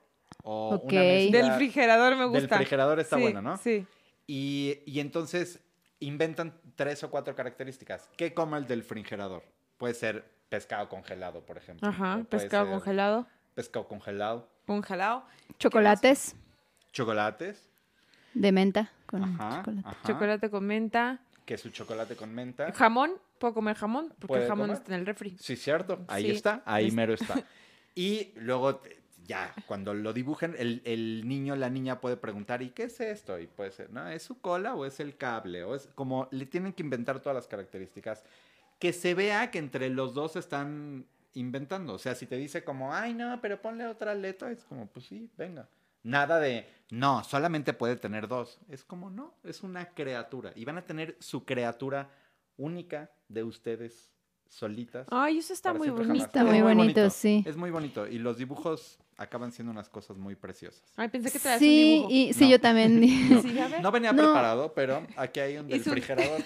O
Ok.
una mezcla-
Del refrigerador me
Del
gusta.
frigerador está
Sí,
bueno, ¿no?
Sí.
Y, y entonces inventan tres o cuatro características. ¿Qué come el del frigerador? Puede ser pescado congelado, por ejemplo.
Ajá.
o puede
Pescado
ser
congelado.
Pescado congelado.
Congelado.
Chocolates
Chocolates.
de menta con
Ajá,
chocolate.
ajá.
Chocolate con menta.
Que es un chocolate con menta.
Jamón. ¿Puedo comer jamón? Porque
¿Puede
el jamón
comer?
está en el refri.
Sí, cierto. Ahí
Sí.
está.
*laughs*
Ahí
Es-
mero está. Y luego, te- ya, cuando lo dibujen, el, el niño, la niña puede preguntar, ¿y qué es esto? Y puede ser, ¿no? ¿Es su cola o es el cable? O es como, le tienen que inventar todas las características. Que se vea que entre los dos están inventando. O sea, si te dice como, ay, no, pero ponle otra letra, es como, pues sí, venga. Nada de, no, solamente puede tener dos. Es como, no, es una criatura. Y van a tener su criatura única de ustedes solitas.
Ay, eso está
Para
muy
siempre
bonito.
jamás.
Está muy
Es
bonito, sí.
Es muy bonito. Y los dibujos acaban siendo unas cosas muy preciosas.
Ay, pensé que traías
sí,
un dibujo.
y, sí,
No.
yo
*laughs*
también.
No. Sí, a ver.
No venía
No.
preparado, pero aquí hay un
¿Eh? *laughs* Y su-
refrigerador.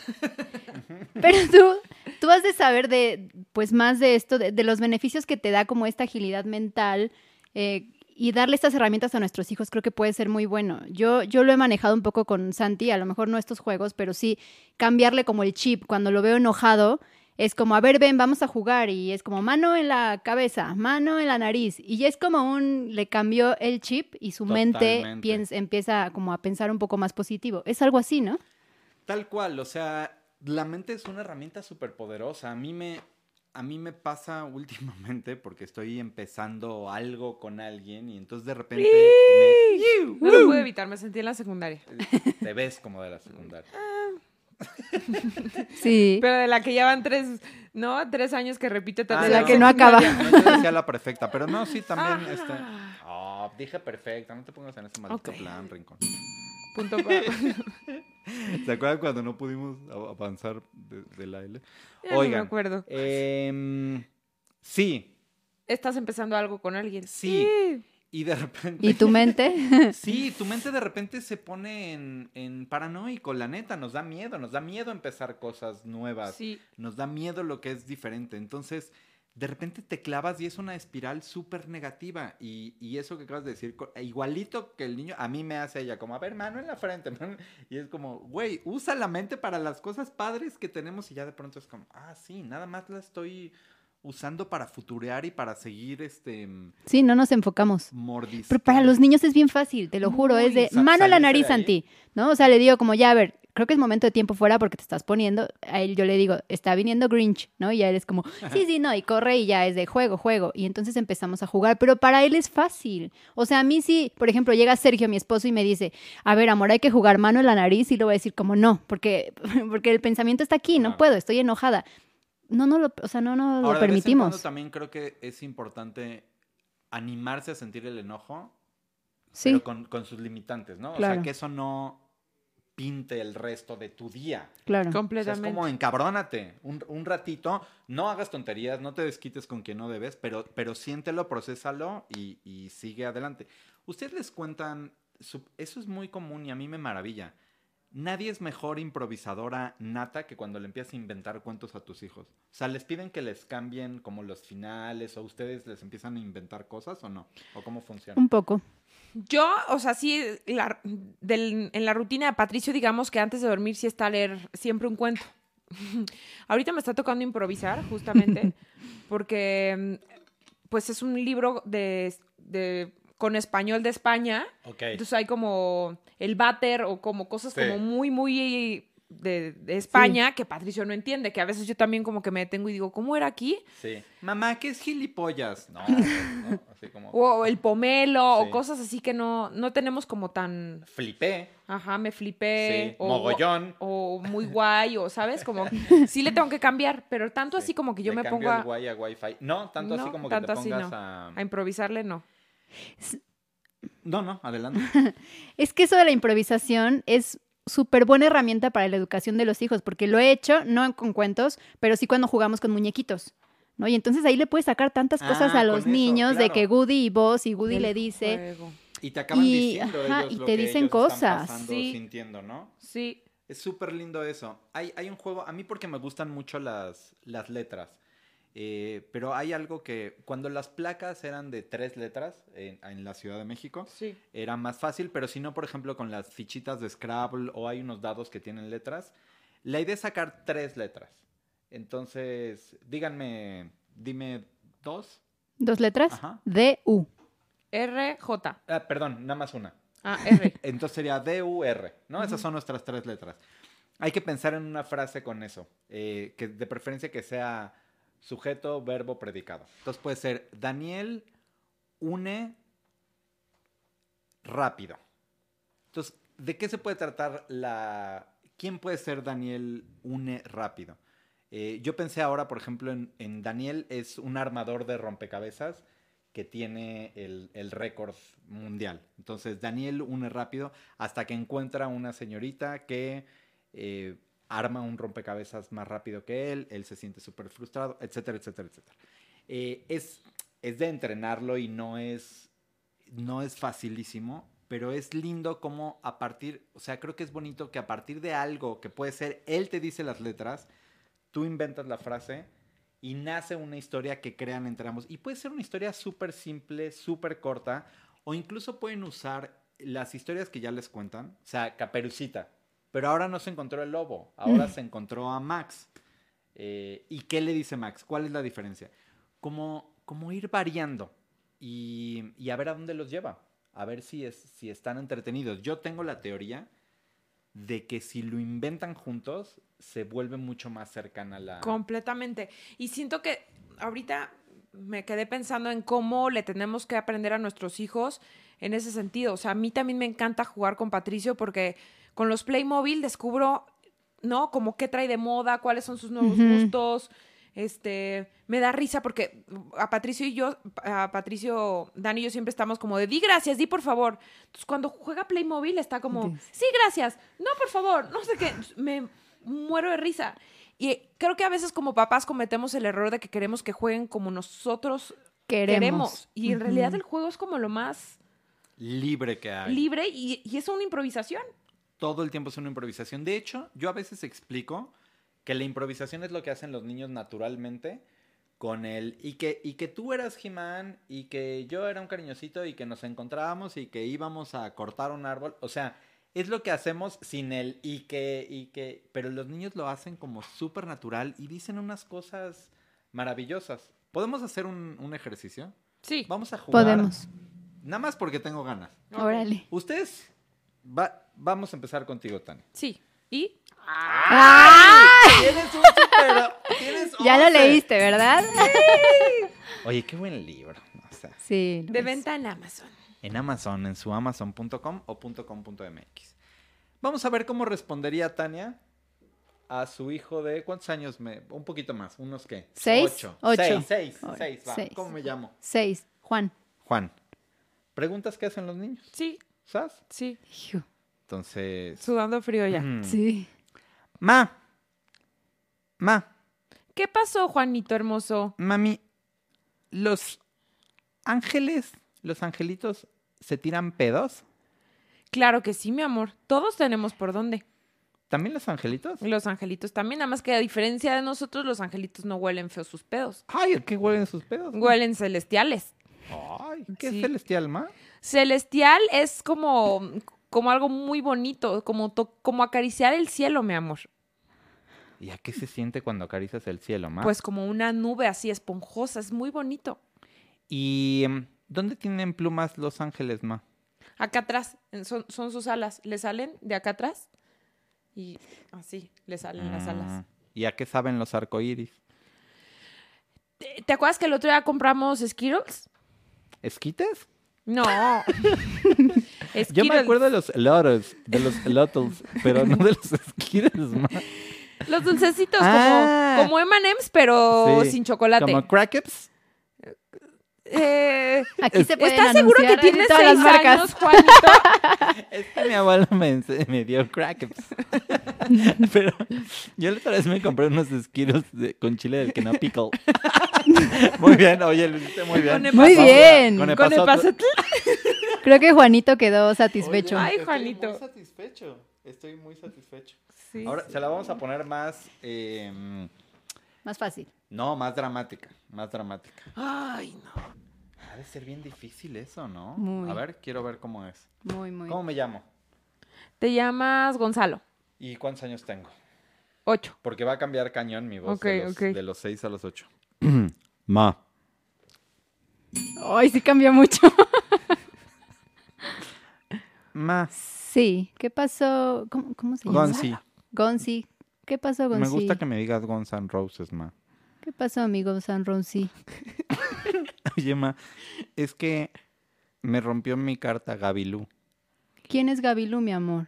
Pero tú, tú has de saber de, pues más de esto, de, de los beneficios que te da como esta agilidad mental eh, y darle estas herramientas a nuestros hijos creo que puede ser muy bueno. Yo, yo lo he manejado un poco con Santi, a lo mejor no estos juegos, pero sí cambiarle como el chip cuando lo veo enojado. Es como, a ver, ven, vamos a jugar. Y es como mano en la cabeza, mano en la nariz. Y ya es como un, le cambió el chip y su mente
Totalmente.
piens- empieza como a pensar un poco más positivo. Es algo así, ¿no?
Tal cual, o sea, la mente es una herramienta súper poderosa. A mí me. A mí me pasa últimamente porque estoy empezando algo con alguien y entonces de repente me-
No lo pude evitar, me sentí en la secundaria.
*laughs* te ves como de la secundaria.
Sí.
Pero de la que llevan tres, ¿no? Tres años que repite
Ah,
tanto.
de la que no acaba. *laughs*
No, yo decía la perfecta, pero no, sí, también.
Ah.
Este, Ah, dije perfecta, no te pongas en ese maldito
Ok.
plan, rincón.
*laughs*
Punto para-
¿Se acuerdan cuando no pudimos av- avanzar de, de la L?
Ya no me
Oigan,
acuerdo.
em, sí,
Estás empezando algo con alguien.
sí.
Sí.
Y de repente...
¿Y
*laughs*
tu mente?
Sí, tu mente de repente se pone en, en paranoico, la neta, nos da miedo, nos da miedo empezar cosas nuevas,
Sí.
nos da miedo lo que es diferente. Entonces, de repente te clavas y es una espiral súper negativa. Y, y eso que acabas de decir, co- igualito que el niño, a mí me hace ella como, a ver, mano en la frente. *laughs* mano". Y es como, güey, usa la mente para las cosas padres que tenemos y ya de pronto es como, ah, sí, nada más la estoy usando para futurear y para seguir este
Sí, no nos enfocamos.
mordis.
Pero para los niños es bien fácil, te lo juro, es
Muy
de
sa-
mano a la
salirse de
nariz,
ahí.
Santi, ¿no? O sea, le digo como, ya, a ver, creo que es momento de tiempo fuera porque te estás poniendo, a él yo le digo, está viniendo Grinch, ¿no? Y ya él es como, sí, sí, no, y corre y ya es de juego, juego, y entonces empezamos a jugar, pero para él es fácil, o sea, a mí sí, por ejemplo, llega Sergio, mi esposo, y me dice, a ver, amor, hay que jugar mano a la nariz, y le voy a decir como, no, porque, *laughs* porque el pensamiento está aquí, no
Claro.
puedo, estoy enojada. No, no lo, o sea, no, no lo
Ahora, de vez en cuando
permitimos.
también creo que es importante animarse a sentir el enojo,
Sí.
pero con, con sus limitantes, ¿no? O
Claro.
sea, que eso no pinte el resto de tu día.
Claro.
O sea, es
Completamente.
como encabrónate un, un ratito, no hagas tonterías, no te desquites con quien no debes, pero, pero siéntelo, procésalo y, y sigue adelante. Ustedes les cuentan, su- eso es muy común y a mí me maravilla. Nadie es mejor improvisadora nata que cuando le empiezas a inventar cuentos a tus hijos. O sea, les piden que les cambien como los finales o ustedes les empiezan a inventar cosas o no, o cómo funciona.
Un poco.
Yo, o sea, sí, la- del- en la rutina de Patricio, digamos que antes de dormir sí está a leer siempre un cuento. *laughs* Ahorita me está tocando improvisar,
*laughs*
justamente, porque mm, pues es un libro de, de- con español de España.
Ok.
Entonces hay como el váter o como cosas
Sí.
como muy, muy de, de España que Patricio no entiende, que a veces yo también como que me detengo y digo, ¿cómo era aquí?
Sí. Mamá, ¿qué es gilipollas? No, pues, no, así como...
O el pomelo,
Sí.
o cosas así que no, no tenemos como tan...
Flipé.
Ajá, me
Sí.
flipé. eh, o-
Mogollón.
O muy guay, o sabes,
*laughs*
como sí le tengo que cambiar, pero tanto así como que yo
Le
me
cambio
pongo
el
a,
guay a Wi-Fi. No, tanto así
No,
como
tanto
que te
así
pongas
no.
a...
a improvisarle, no.
No, no, adelante.
*laughs*
Es que eso de la improvisación es súper buena herramienta para la educación de los hijos, porque lo he hecho, no en- con cuentos, pero sí cuando jugamos con muñequitos. ¿no? Y entonces ahí le puedes sacar tantas cosas
Ah,
a
con
los
eso,
niños de
claro.
que Woody y vos, y Woody
Del
le dice,
juego.
Y te acaban
Y,
diciendo
ajá,
ellos
y
lo
te
que
dicen
ellos están
cosas.
pasando,
Sí.
sintiendo, ¿no?
Sí,
Es súper lindo eso. Hay, hay un juego, a mí porque me gustan mucho las, las letras, eh, pero hay algo que cuando las placas eran de tres letras en, en la Ciudad de México,
sí.
era más fácil, pero si no, por ejemplo, con las fichitas de Scrabble o hay unos dados que tienen letras, la idea es sacar tres letras. Entonces, díganme, dime dos.
dos letras,
Ajá.
D, U.
R, J.
Ah, perdón, nada más una.
Ah, R.
Entonces sería D-U-R, ¿no? Esas son nuestras tres letras. Hay que pensar en una frase con eso, eh, que de preferencia que sea sujeto, verbo, predicado. Entonces puede ser Daniel une rápido. Entonces, ¿de qué se puede tratar la... ¿Quién puede ser Daniel une rápido? Eh, yo pensé ahora, por ejemplo, en, en Daniel es un armador de rompecabezas que tiene el, el récord mundial. Entonces, Daniel une rápido hasta que encuentra una señorita que eh, arma un rompecabezas más rápido que él, él se siente súper frustrado, etcétera, etcétera, etcétera. Eh, es, es de entrenarlo y no es, no es facilísimo, pero es lindo como a partir, o sea, creo que es bonito que a partir de algo que puede ser, él te dice las letras, tú inventas la frase y nace una historia que crean entre ambos. Y puede ser una historia súper simple, súper corta, o incluso pueden usar las historias que ya les cuentan, o sea, caperucita, pero ahora no se encontró el lobo, ahora se encontró a Max. Eh, ¿Y qué le dice Max? ¿Cuál es la diferencia? Como, como ir variando y, y a ver a dónde los lleva, a ver si, es, si están entretenidos. Yo tengo la teoría de que si lo inventan juntos, se vuelve mucho más cercana a la...
Completamente. Y siento que ahorita me quedé pensando en cómo le tenemos que aprender a nuestros hijos en ese sentido. O sea, a mí también me encanta jugar con Patricio porque con los Playmobil descubro, ¿no? Como qué trae de moda, cuáles son sus nuevos
Ujú.
gustos. Este, me da risa porque a Patricio y yo, a Patricio, Dani y yo siempre estamos como de, di gracias, di por favor. Entonces cuando juega Playmobil está como,
Dice.
sí, gracias, no, por favor, no sé qué, me muero de risa. Y creo que a veces como papás cometemos el error de que queremos que jueguen como nosotros
Queremos.
queremos. Y en realidad
Ujú.
el juego es como lo más
Libre que hay.
libre y, y es una improvisación.
todo el tiempo es una improvisación. De hecho, yo a veces explico que la improvisación es lo que hacen los niños naturalmente con el y que y que tú eras Jimán y que yo era un cariñosito y que nos encontrábamos y que íbamos a cortar un árbol, o sea, es lo que hacemos sin el y que y que, pero los niños lo hacen como súper natural y dicen unas cosas maravillosas. ¿Podemos hacer un, un ejercicio?
Sí.
Vamos a jugar.
Podemos.
Nada más porque tengo ganas.
Órale.
Ustedes va- vamos a empezar contigo, Tania.
Sí. Y
Ah, Tienes un super- tienes
Ah, Ya lo
11.
leíste, ¿verdad? *laughs*
Oye, qué buen libro. O sea,
Sí. lo
de
es.
venta en Amazon.
en Amazon, en su amazon.com o .com.mx. Vamos a ver cómo respondería Tania a su hijo de... ¿Cuántos años? me- un poquito más, unos qué?
¿Seis?
Ocho.
Ocho.
Seis, seis,
Ocho.
seis, va.
Seis.
¿Cómo me llamo?
Seis. Juan.
Juan. ¿Preguntas qué hacen los niños?
Sí,
¿Sabes?
sí.
Hijo.
Entonces...
Sudando frío ya.
mm.
Sí.
Ma. Ma.
¿Qué pasó, Juanito hermoso?
Mami, los ángeles, los angelitos se tiran pedos.
Claro que sí, mi amor. Todos tenemos por dónde.
¿También los angelitos?
Los angelitos también, nada más que a diferencia de nosotros, los angelitos no huelen feos sus pedos.
Ay, ¿a qué huelen sus pedos?
Huelen celestiales.
Ay, qué
Sí.
celestial, ma.
Celestial es como, como algo muy bonito, como, to- como acariciar el cielo, mi amor.
¿Y a qué se siente cuando acaricias el cielo, ma?
Pues como una nube así esponjosa, es muy bonito.
¿Y em, dónde tienen plumas los ángeles, ma?
Acá atrás, en- son, son sus alas, le salen de acá atrás y así le salen las alas.
Mm, ¿Y a qué saben los arcoíris?
¿Te, te acuerdas que el otro día compramos Skittles?
¿Esquites? *laughs*
No. *laughs* Skittles.
Yo me acuerdo de los lotos,
*laughs*
de los lotos, pero no de los esquites, ma.
Los dulcecitos,
Ah.
como, como M&M's, pero
Sí,
sin chocolate.
Como crackers.
Eh,
Aquí se pueden
¿Estás seguro que
anunciar de
tienes
todas
seis
las marcas.
años, Juanito?
*laughs*
Es que mi abuelo me, ense- me dio crackers. *laughs* Pero yo la otra vez me compré unos esquiros con chile del que no pickle. *laughs* Muy bien, oye, lo hiciste muy bien.
Con
Muy
Pasó.
bien.
Con el
Con el pasatl.
pasote.
Creo que Juanito quedó satisfecho.
Ay, Juanito.
Estoy muy
Estoy
satisfecho. Estoy muy satisfecho.
Sí,
Ahora
sí.
se la vamos a poner más. eh,
Más fácil.
no, más dramática. Más dramática.
Ay, no.
Ha de ser bien difícil eso, ¿no?
Muy.
A ver, quiero ver cómo es.
Muy, muy.
¿Cómo me llamo?
Te llamas Gonzalo.
¿Y cuántos años tengo?
Ocho.
Porque va a cambiar cañón mi voz
Ok,
de, los,
ok.
6 a los 8. Ma.
Ay, sí cambió mucho.
Ma.
*laughs* Sí. ¿Qué pasó? ¿Cómo, cómo se llama?
Gonzi.
Gonzi. ¿Qué pasó, Gonzi?
Me gusta que me digas Guns N' Roses, ma.
¿Qué pasó, amigo San Ronzi?
*laughs* Oye, ma, es que me rompió mi carta Gabilú.
¿Quién es Gabilú, mi amor?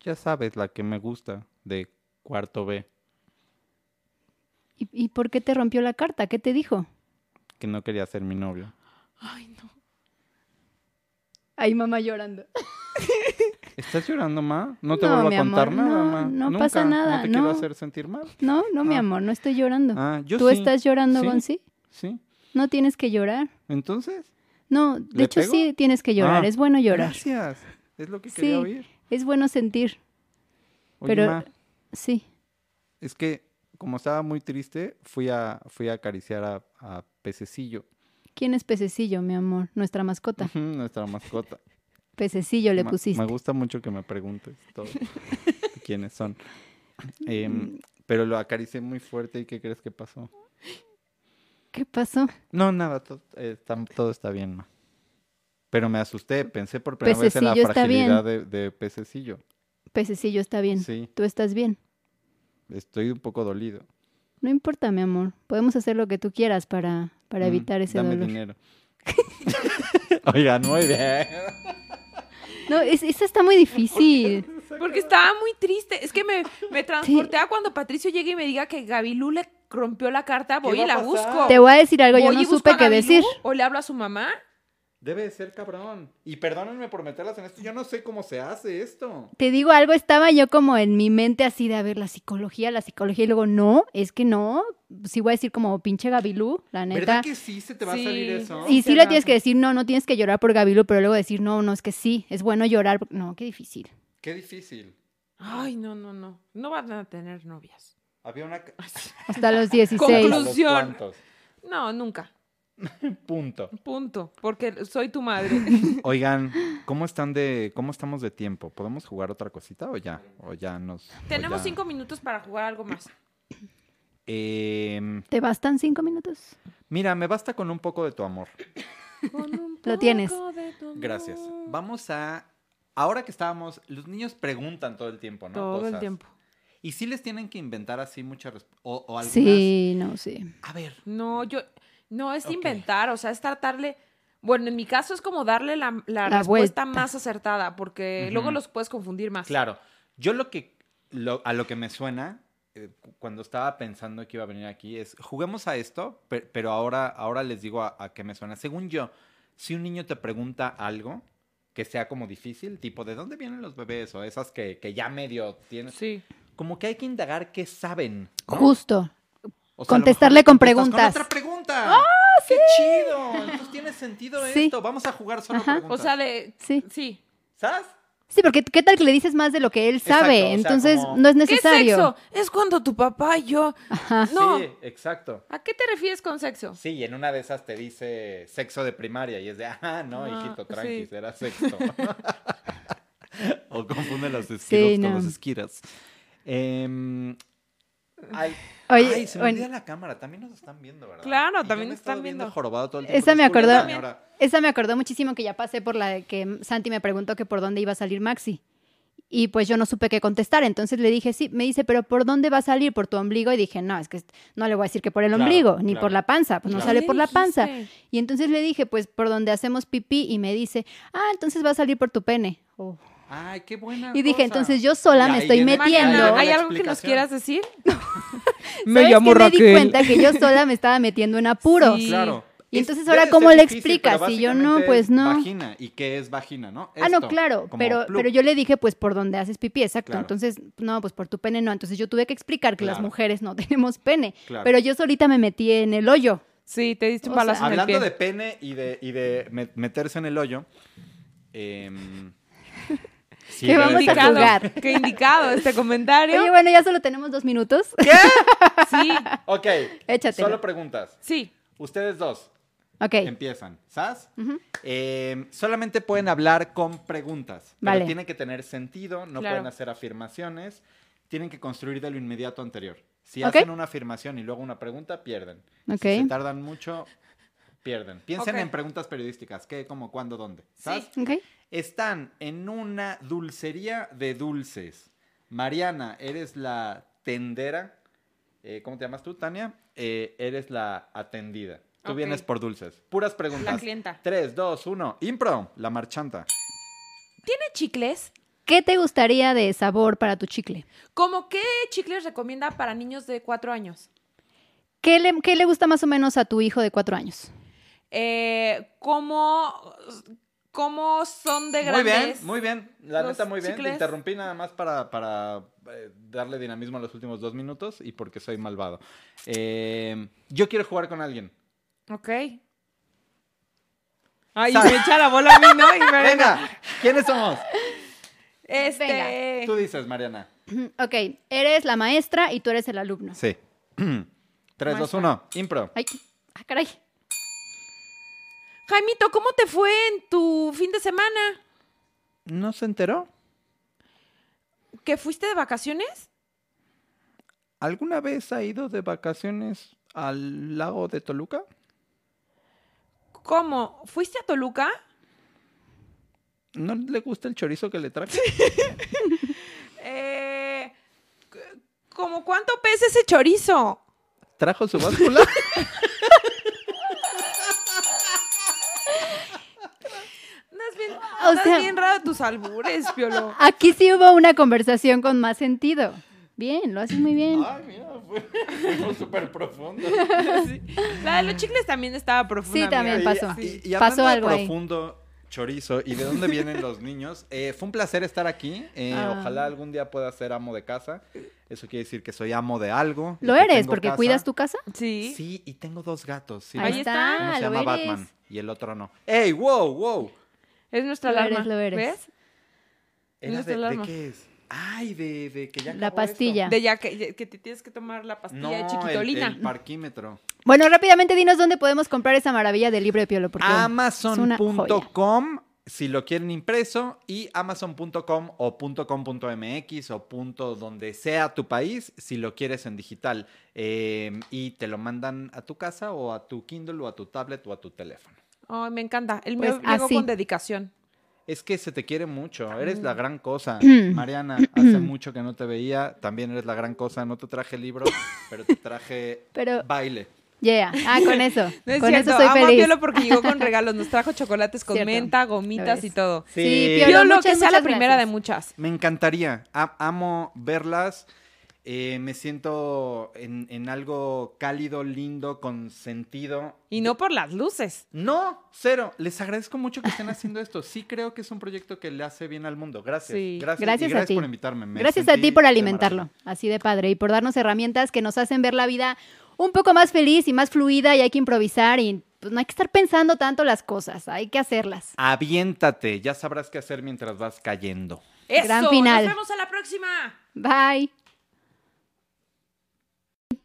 Ya sabes, la que me gusta, de cuarto B,
¿Y, y por qué te rompió la carta? ¿Qué te dijo?
que no quería ser mi novio.
Ay, no.
Ahí mamá llorando.
¿Estás llorando, ma? No te
No,
vuelvo
mi
a
amor,
contar
no,
nada, ma.
no
Nunca.
pasa nada,
No te quiero
no.
hacer sentir mal.
*laughs* No, no, mi
Ah.
amor, no estoy llorando.
Ah, yo
¿Tú
sí.
estás llorando,
Sí.
Gonzi?
Sí.
No tienes que llorar.
Entonces.
No, de
¿Le
hecho
pego?
sí tienes que llorar.
Ah,
Es bueno llorar.
Gracias. Es lo que
Sí.
quería oír.
Es bueno sentir.
Oye,
Pero-
ma,
Sí.
es que como estaba muy triste, fui a, fui a acariciar a, a Pececillo,
¿Quién es Pececillo, mi amor? Nuestra mascota.
*laughs* nuestra mascota.
Pececillo le
Ma-
pusiste.
Me gusta mucho que me preguntes
*laughs*
todo, quiénes son.
Mm.
Em, pero lo acaricié muy fuerte y ¿qué crees que pasó?
¿Qué pasó?
No, nada, to- eh, tam- todo está bien, ma. Pero me asusté, pensé por primera vez en
Pececillo
la
está bien.
fragilidad de, de Pececillo.
Pececillo está bien.
Sí.
Tú estás bien.
Estoy un poco dolido.
No importa, mi amor. Podemos hacer lo que tú quieras para, para
Mm,
evitar ese
dame
dolor.
dinero. *laughs* Oigan, muy bien.
No, es, esa está muy difícil.
Porque estaba muy triste. Es que me, me transporté a cuando Patricio llegue y me diga que Gabilú le rompió la carta. Voy
va
y la
a pasar?
busco.
Te voy a decir algo, yo
Voy y
no
busco
supe
a
qué
Gabilú,
decir.
O le hablo a su mamá.
Debe de ser cabrón. Y perdónenme por meterlas en esto. Yo no sé cómo se hace esto.
Te digo algo, estaba yo como en mi mente así de, a ver, la psicología, la psicología, y luego, no, es que no, sí voy a decir como pinche Gabilú, la neta.
¿Verdad que sí se te va
Sí.
a salir eso?
Y sí
Qué
lo tienes
raro.
que decir, no, no tienes que llorar por Gabilú, pero luego decir, no, no, es que sí, es bueno llorar, por- no, qué difícil.
Qué difícil.
Ay, no, no, no. No van a tener novias.
Había
*laughs*
una... ca-
Hasta los 16.
Conclu- Conclusión.
*laughs* ¿A los cuantos?
No, nunca.
*laughs* Punto.
Punto. Porque soy tu madre.
*laughs* Oigan, ¿cómo están de... cómo estamos de tiempo? ¿Podemos jugar otra cosita o ya? O ya nos... o
Tenemos
Pues ya-
cinco minutos para jugar algo más.
Em,
¿Te bastan cinco minutos?
mira, me basta con un poco de tu amor.
Lo tienes.
Gracias. Vamos a... Ahora que estábamos... Los niños preguntan todo el tiempo, ¿no?
Todo el
Cosas.
tiempo.
Y sí les tienen que inventar así muchas... resp- O, o algunas...
Sí, no, sí.
A ver,
No, yo. No, es
Ok.
inventar, o sea, es tratarle. Bueno, en mi caso es como darle la, la
La
respuesta
vuelta.
más acertada, porque
Ujú.
luego los puedes confundir más.
Claro. Yo lo que lo- a lo que me suena eh, cu- cuando estaba pensando que iba a venir aquí es juguemos a esto, pe- pero ahora ahora les digo a, a qué me suena. Según yo, si un niño te pregunta algo que sea como difícil, tipo de dónde vienen los bebés o esas que, que ya medio tienes,
Sí.
como que hay que indagar qué saben.
Justo.
O sea, a lo
Contestarle
mejor
con
le contestas
preguntas. Ah,
Con otra pregunta. ¡Qué chido! Entonces tiene sentido
Sí.
esto. Vamos a jugar solo
Ajá.
preguntas.
O sea, de.
Sí.
Sí.
¿Sabes?
Sí, porque ¿qué tal que le dices más de lo que él sabe?
Exacto, o sea,
Entonces,
como-
no es
¿Qué
necesario.
sexo? Es cuando tu papá y yo. No.
Sí, exacto.
¿A qué te refieres con sexo?
Sí, y en una de esas te dice sexo de primaria y es de, ah, no,
Ah,
hijito, tranqui,
sí.
era sexto. *laughs* o confunde los esquiros
Sí,
con
no.
los esquiras. Em, ay,
Oye,
ay, se me
bueno.
olvida la cámara, también nos están viendo, ¿verdad?
Claro,
Y yo
también
me he
están
estado
viendo.
jorobado todo el tiempo.
Esa me
Disculpe,
acordó,
señora.
esa me acordó muchísimo que ya pasé por la de que Santi me preguntó que por dónde iba a salir Maxi. Y pues yo no supe qué contestar, entonces le dije, sí, me dice, pero ¿por dónde va a salir? ¿Por tu ombligo? Y dije, no, es que no le voy a decir que por el
Claro,
ombligo, ni
claro.
por la panza, pues no
Claro.
sale
¿Qué
por la panza.
dijiste?
Y entonces le dije, pues por donde hacemos pipí, y me dice, ah, entonces va a salir por tu pene. Oh.
Ay, qué buena.
Y dije,
cosa.
entonces yo sola
Y
me
ahí
estoy
viene- ahí
metiendo.
viene
Mariana,
la
¿hay algo que nos
explicación.
quieras decir?
¿Sabes qué? me di cuenta que yo sola me estaba
*laughs*
metiendo en apuros.
Sí.
Claro.
Y
Es-
entonces
debe
ahora,
ser
¿cómo le
difícil,
explicas?
pero
Si yo no,
básicamente
pues,
es
no.
Vagina. ¿Y qué es vagina, no?
Ah, no,
Esto,
claro,
como
pero,
plup.
pero yo le dije, pues, por donde haces pipí, exacto.
Claro.
Entonces, no, pues por tu pene no. Entonces yo tuve que explicar que las
Claro.
mujeres no *laughs* tenemos pene.
Claro.
Pero yo solita me metí en el hoyo.
Sí, te diste un
O sea,
palazo en el
Hablando
pie.
de pene y de, y de me- meterse en el hoyo.
*laughs*
em, sí,
¿Qué
debe
vamos a
ser-
Indicado.
jugar?
Qué indicado *laughs* este comentario.
Oye, bueno, ya solo tenemos dos minutos.
Sí,
Ok.
Échatelo.
Solo preguntas.
sí.
Ustedes dos
Ok,
empiezan. ¿Sas? Em, solamente pueden hablar con preguntas.
Vale.
Pero tiene que tener sentido, no
Claro.
pueden hacer afirmaciones. Tienen que construir de lo inmediato anterior. Si
Ok.
hacen una afirmación y luego una pregunta, pierden.
Ok.
Si se tardan mucho, pierden. Piensen
Ok.
en preguntas periodísticas. ¿Qué, cómo, cuándo, dónde?
Sí.
¿Sas?
ok.
Están en una dulcería de dulces. Mariana, eres la tendera. Eh, ¿Cómo te llamas tú, Tania? Eh, eres la atendida. Tú
Ok.
vienes por dulces. Puras preguntas.
La clienta.
Tres, dos, uno. Impro, la marchanta.
¿Tiene chicles?
¿Qué te gustaría de sabor para tu chicle?
¿Cómo qué chicles recomienda para niños de cuatro años?
¿Qué le, qué le gusta más o menos a tu hijo de cuatro años? *clears throat*
Eh, ¿cómo, ¿Cómo son de
Muy bien,
grandes?
muy bien. La
Los
neta, muy bien. Te
chicles.
interrumpí nada más para, para eh, darle dinamismo a los últimos dos minutos y porque soy malvado. Eh, yo quiero jugar con alguien.
Ok. Ay,
Sal.
me echa la bola a mí, ¿no? Y me-
Venga, ¿quiénes somos?
*laughs* Este.
Tú dices, Mariana.
Ok, eres la maestra y tú eres el alumno.
Sí. *clears throat* Tres, dos, uno. Impro.
Ay, ah, caray.
Jaimito, ¿cómo te fue en tu fin de semana?
¿No se enteró?
¿Que fuiste de vacaciones?
¿Alguna vez ha ido de vacaciones al lago de Toluca?
¿Cómo? ¿Fuiste a Toluca?
¿No le gusta el chorizo que le *laughs* traje?
Eh, c- ¿Cómo cuánto pesa ese chorizo?
¿Trajo su báscula?
Andas bien,
O
andas
sea-
bien raro tus albures,
*laughs*
Piolo. *laughs*
Aquí sí hubo una conversación con más sentido. Bien, lo haces muy bien.
*laughs* Ay, mira, fue, fue súper profundo.
Sí. La de los chicles también estaba profunda.
Sí,
amiga.
también. *laughs* pasó.
Y,
Pasó
pasó
algo
algo
ahí.
profundo, chorizo, y de dónde vienen los niños, eh, fue un placer estar aquí. eh,
Ah.
Ojalá algún día pueda ser amo de casa. Eso quiere decir que soy amo de algo. y
Lo
que
eres
tengo
porque
casa.
cuidas tu casa.
Sí.
Sí, y tengo dos gatos. sí.
Ahí
Ahí
está,
Uno se
Ah, lo
llama
eres.
Batman y el otro no. ¡Ey, wow, wow!
Es nuestra
Lo
alarma.
eres, lo eres.
¿Ves?
Era
Nuestra
de, de
alarma.
qué es? Ay, de, de que ya
La
acabó esto.
pastilla.
De ya que, que te tienes que tomar la pastilla
No,
de
el-
chiquitolina.
el parquímetro.
Bueno, rápidamente dinos dónde podemos comprar esa maravilla del libro de Piolo. *laughs* porque
Ah,
es una joya.
Amazon.com si lo quieren impreso y amazon.com o .com.mx o punto donde sea tu país si lo quieres en digital Eh, y te lo mandan a tu casa o a tu Kindle o a tu tablet o a tu teléfono.
Ay, me encanta. El
Pues
mío llegó
así.
con dedicación.
Es que se te quiere mucho,
Ah.
eres la
*clears throat*
gran cosa. Mariana, hace mucho que no te veía, también eres la gran cosa. No te traje libro,
*laughs*
pero te traje
Pero-
baile.
Yeah. Ah, con eso.
*laughs* No es
con
cierto,
eso soy
amo a
feliz.
Piolo porque llegó
*laughs*
con regalos. Nos trajo chocolates con
Cierto.
menta,
Lo
gomitas
eres.
y todo.
Sí.
Sí,
Piolo,
Piolo,
muchas,
que sea la
muchas
primera
gracias.
de muchas.
Me encantaría. A- amo verlas. Eh, me siento en, en algo cálido, lindo, con sentido.
Y no por las luces.
No, cero. Les agradezco mucho que estén haciendo esto. Sí creo que es un proyecto que le hace bien al mundo. Gracias.
Sí.
Gracias, y
Gracias a ti.
por invitarme. Me
Gracias a
sentí
ti por
de
alimentarlo, así de padre, y por darnos herramientas que nos hacen ver la vida un poco más feliz y más fluida y hay que improvisar y pues, no hay que estar pensando tanto las cosas, hay que hacerlas.
maravilla. Aviéntate. Ya sabrás qué hacer mientras vas cayendo.
Eso,
Gran final.
nos vemos a la próxima.
Bye.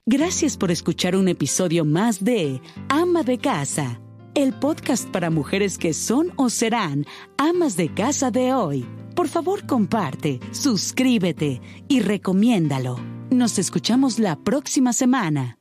Gracias por escuchar un episodio más de Ama de Casa, el podcast para mujeres que son o serán amas de casa de hoy. Por favor, comparte, suscríbete y recomiéndalo. Nos escuchamos la próxima semana.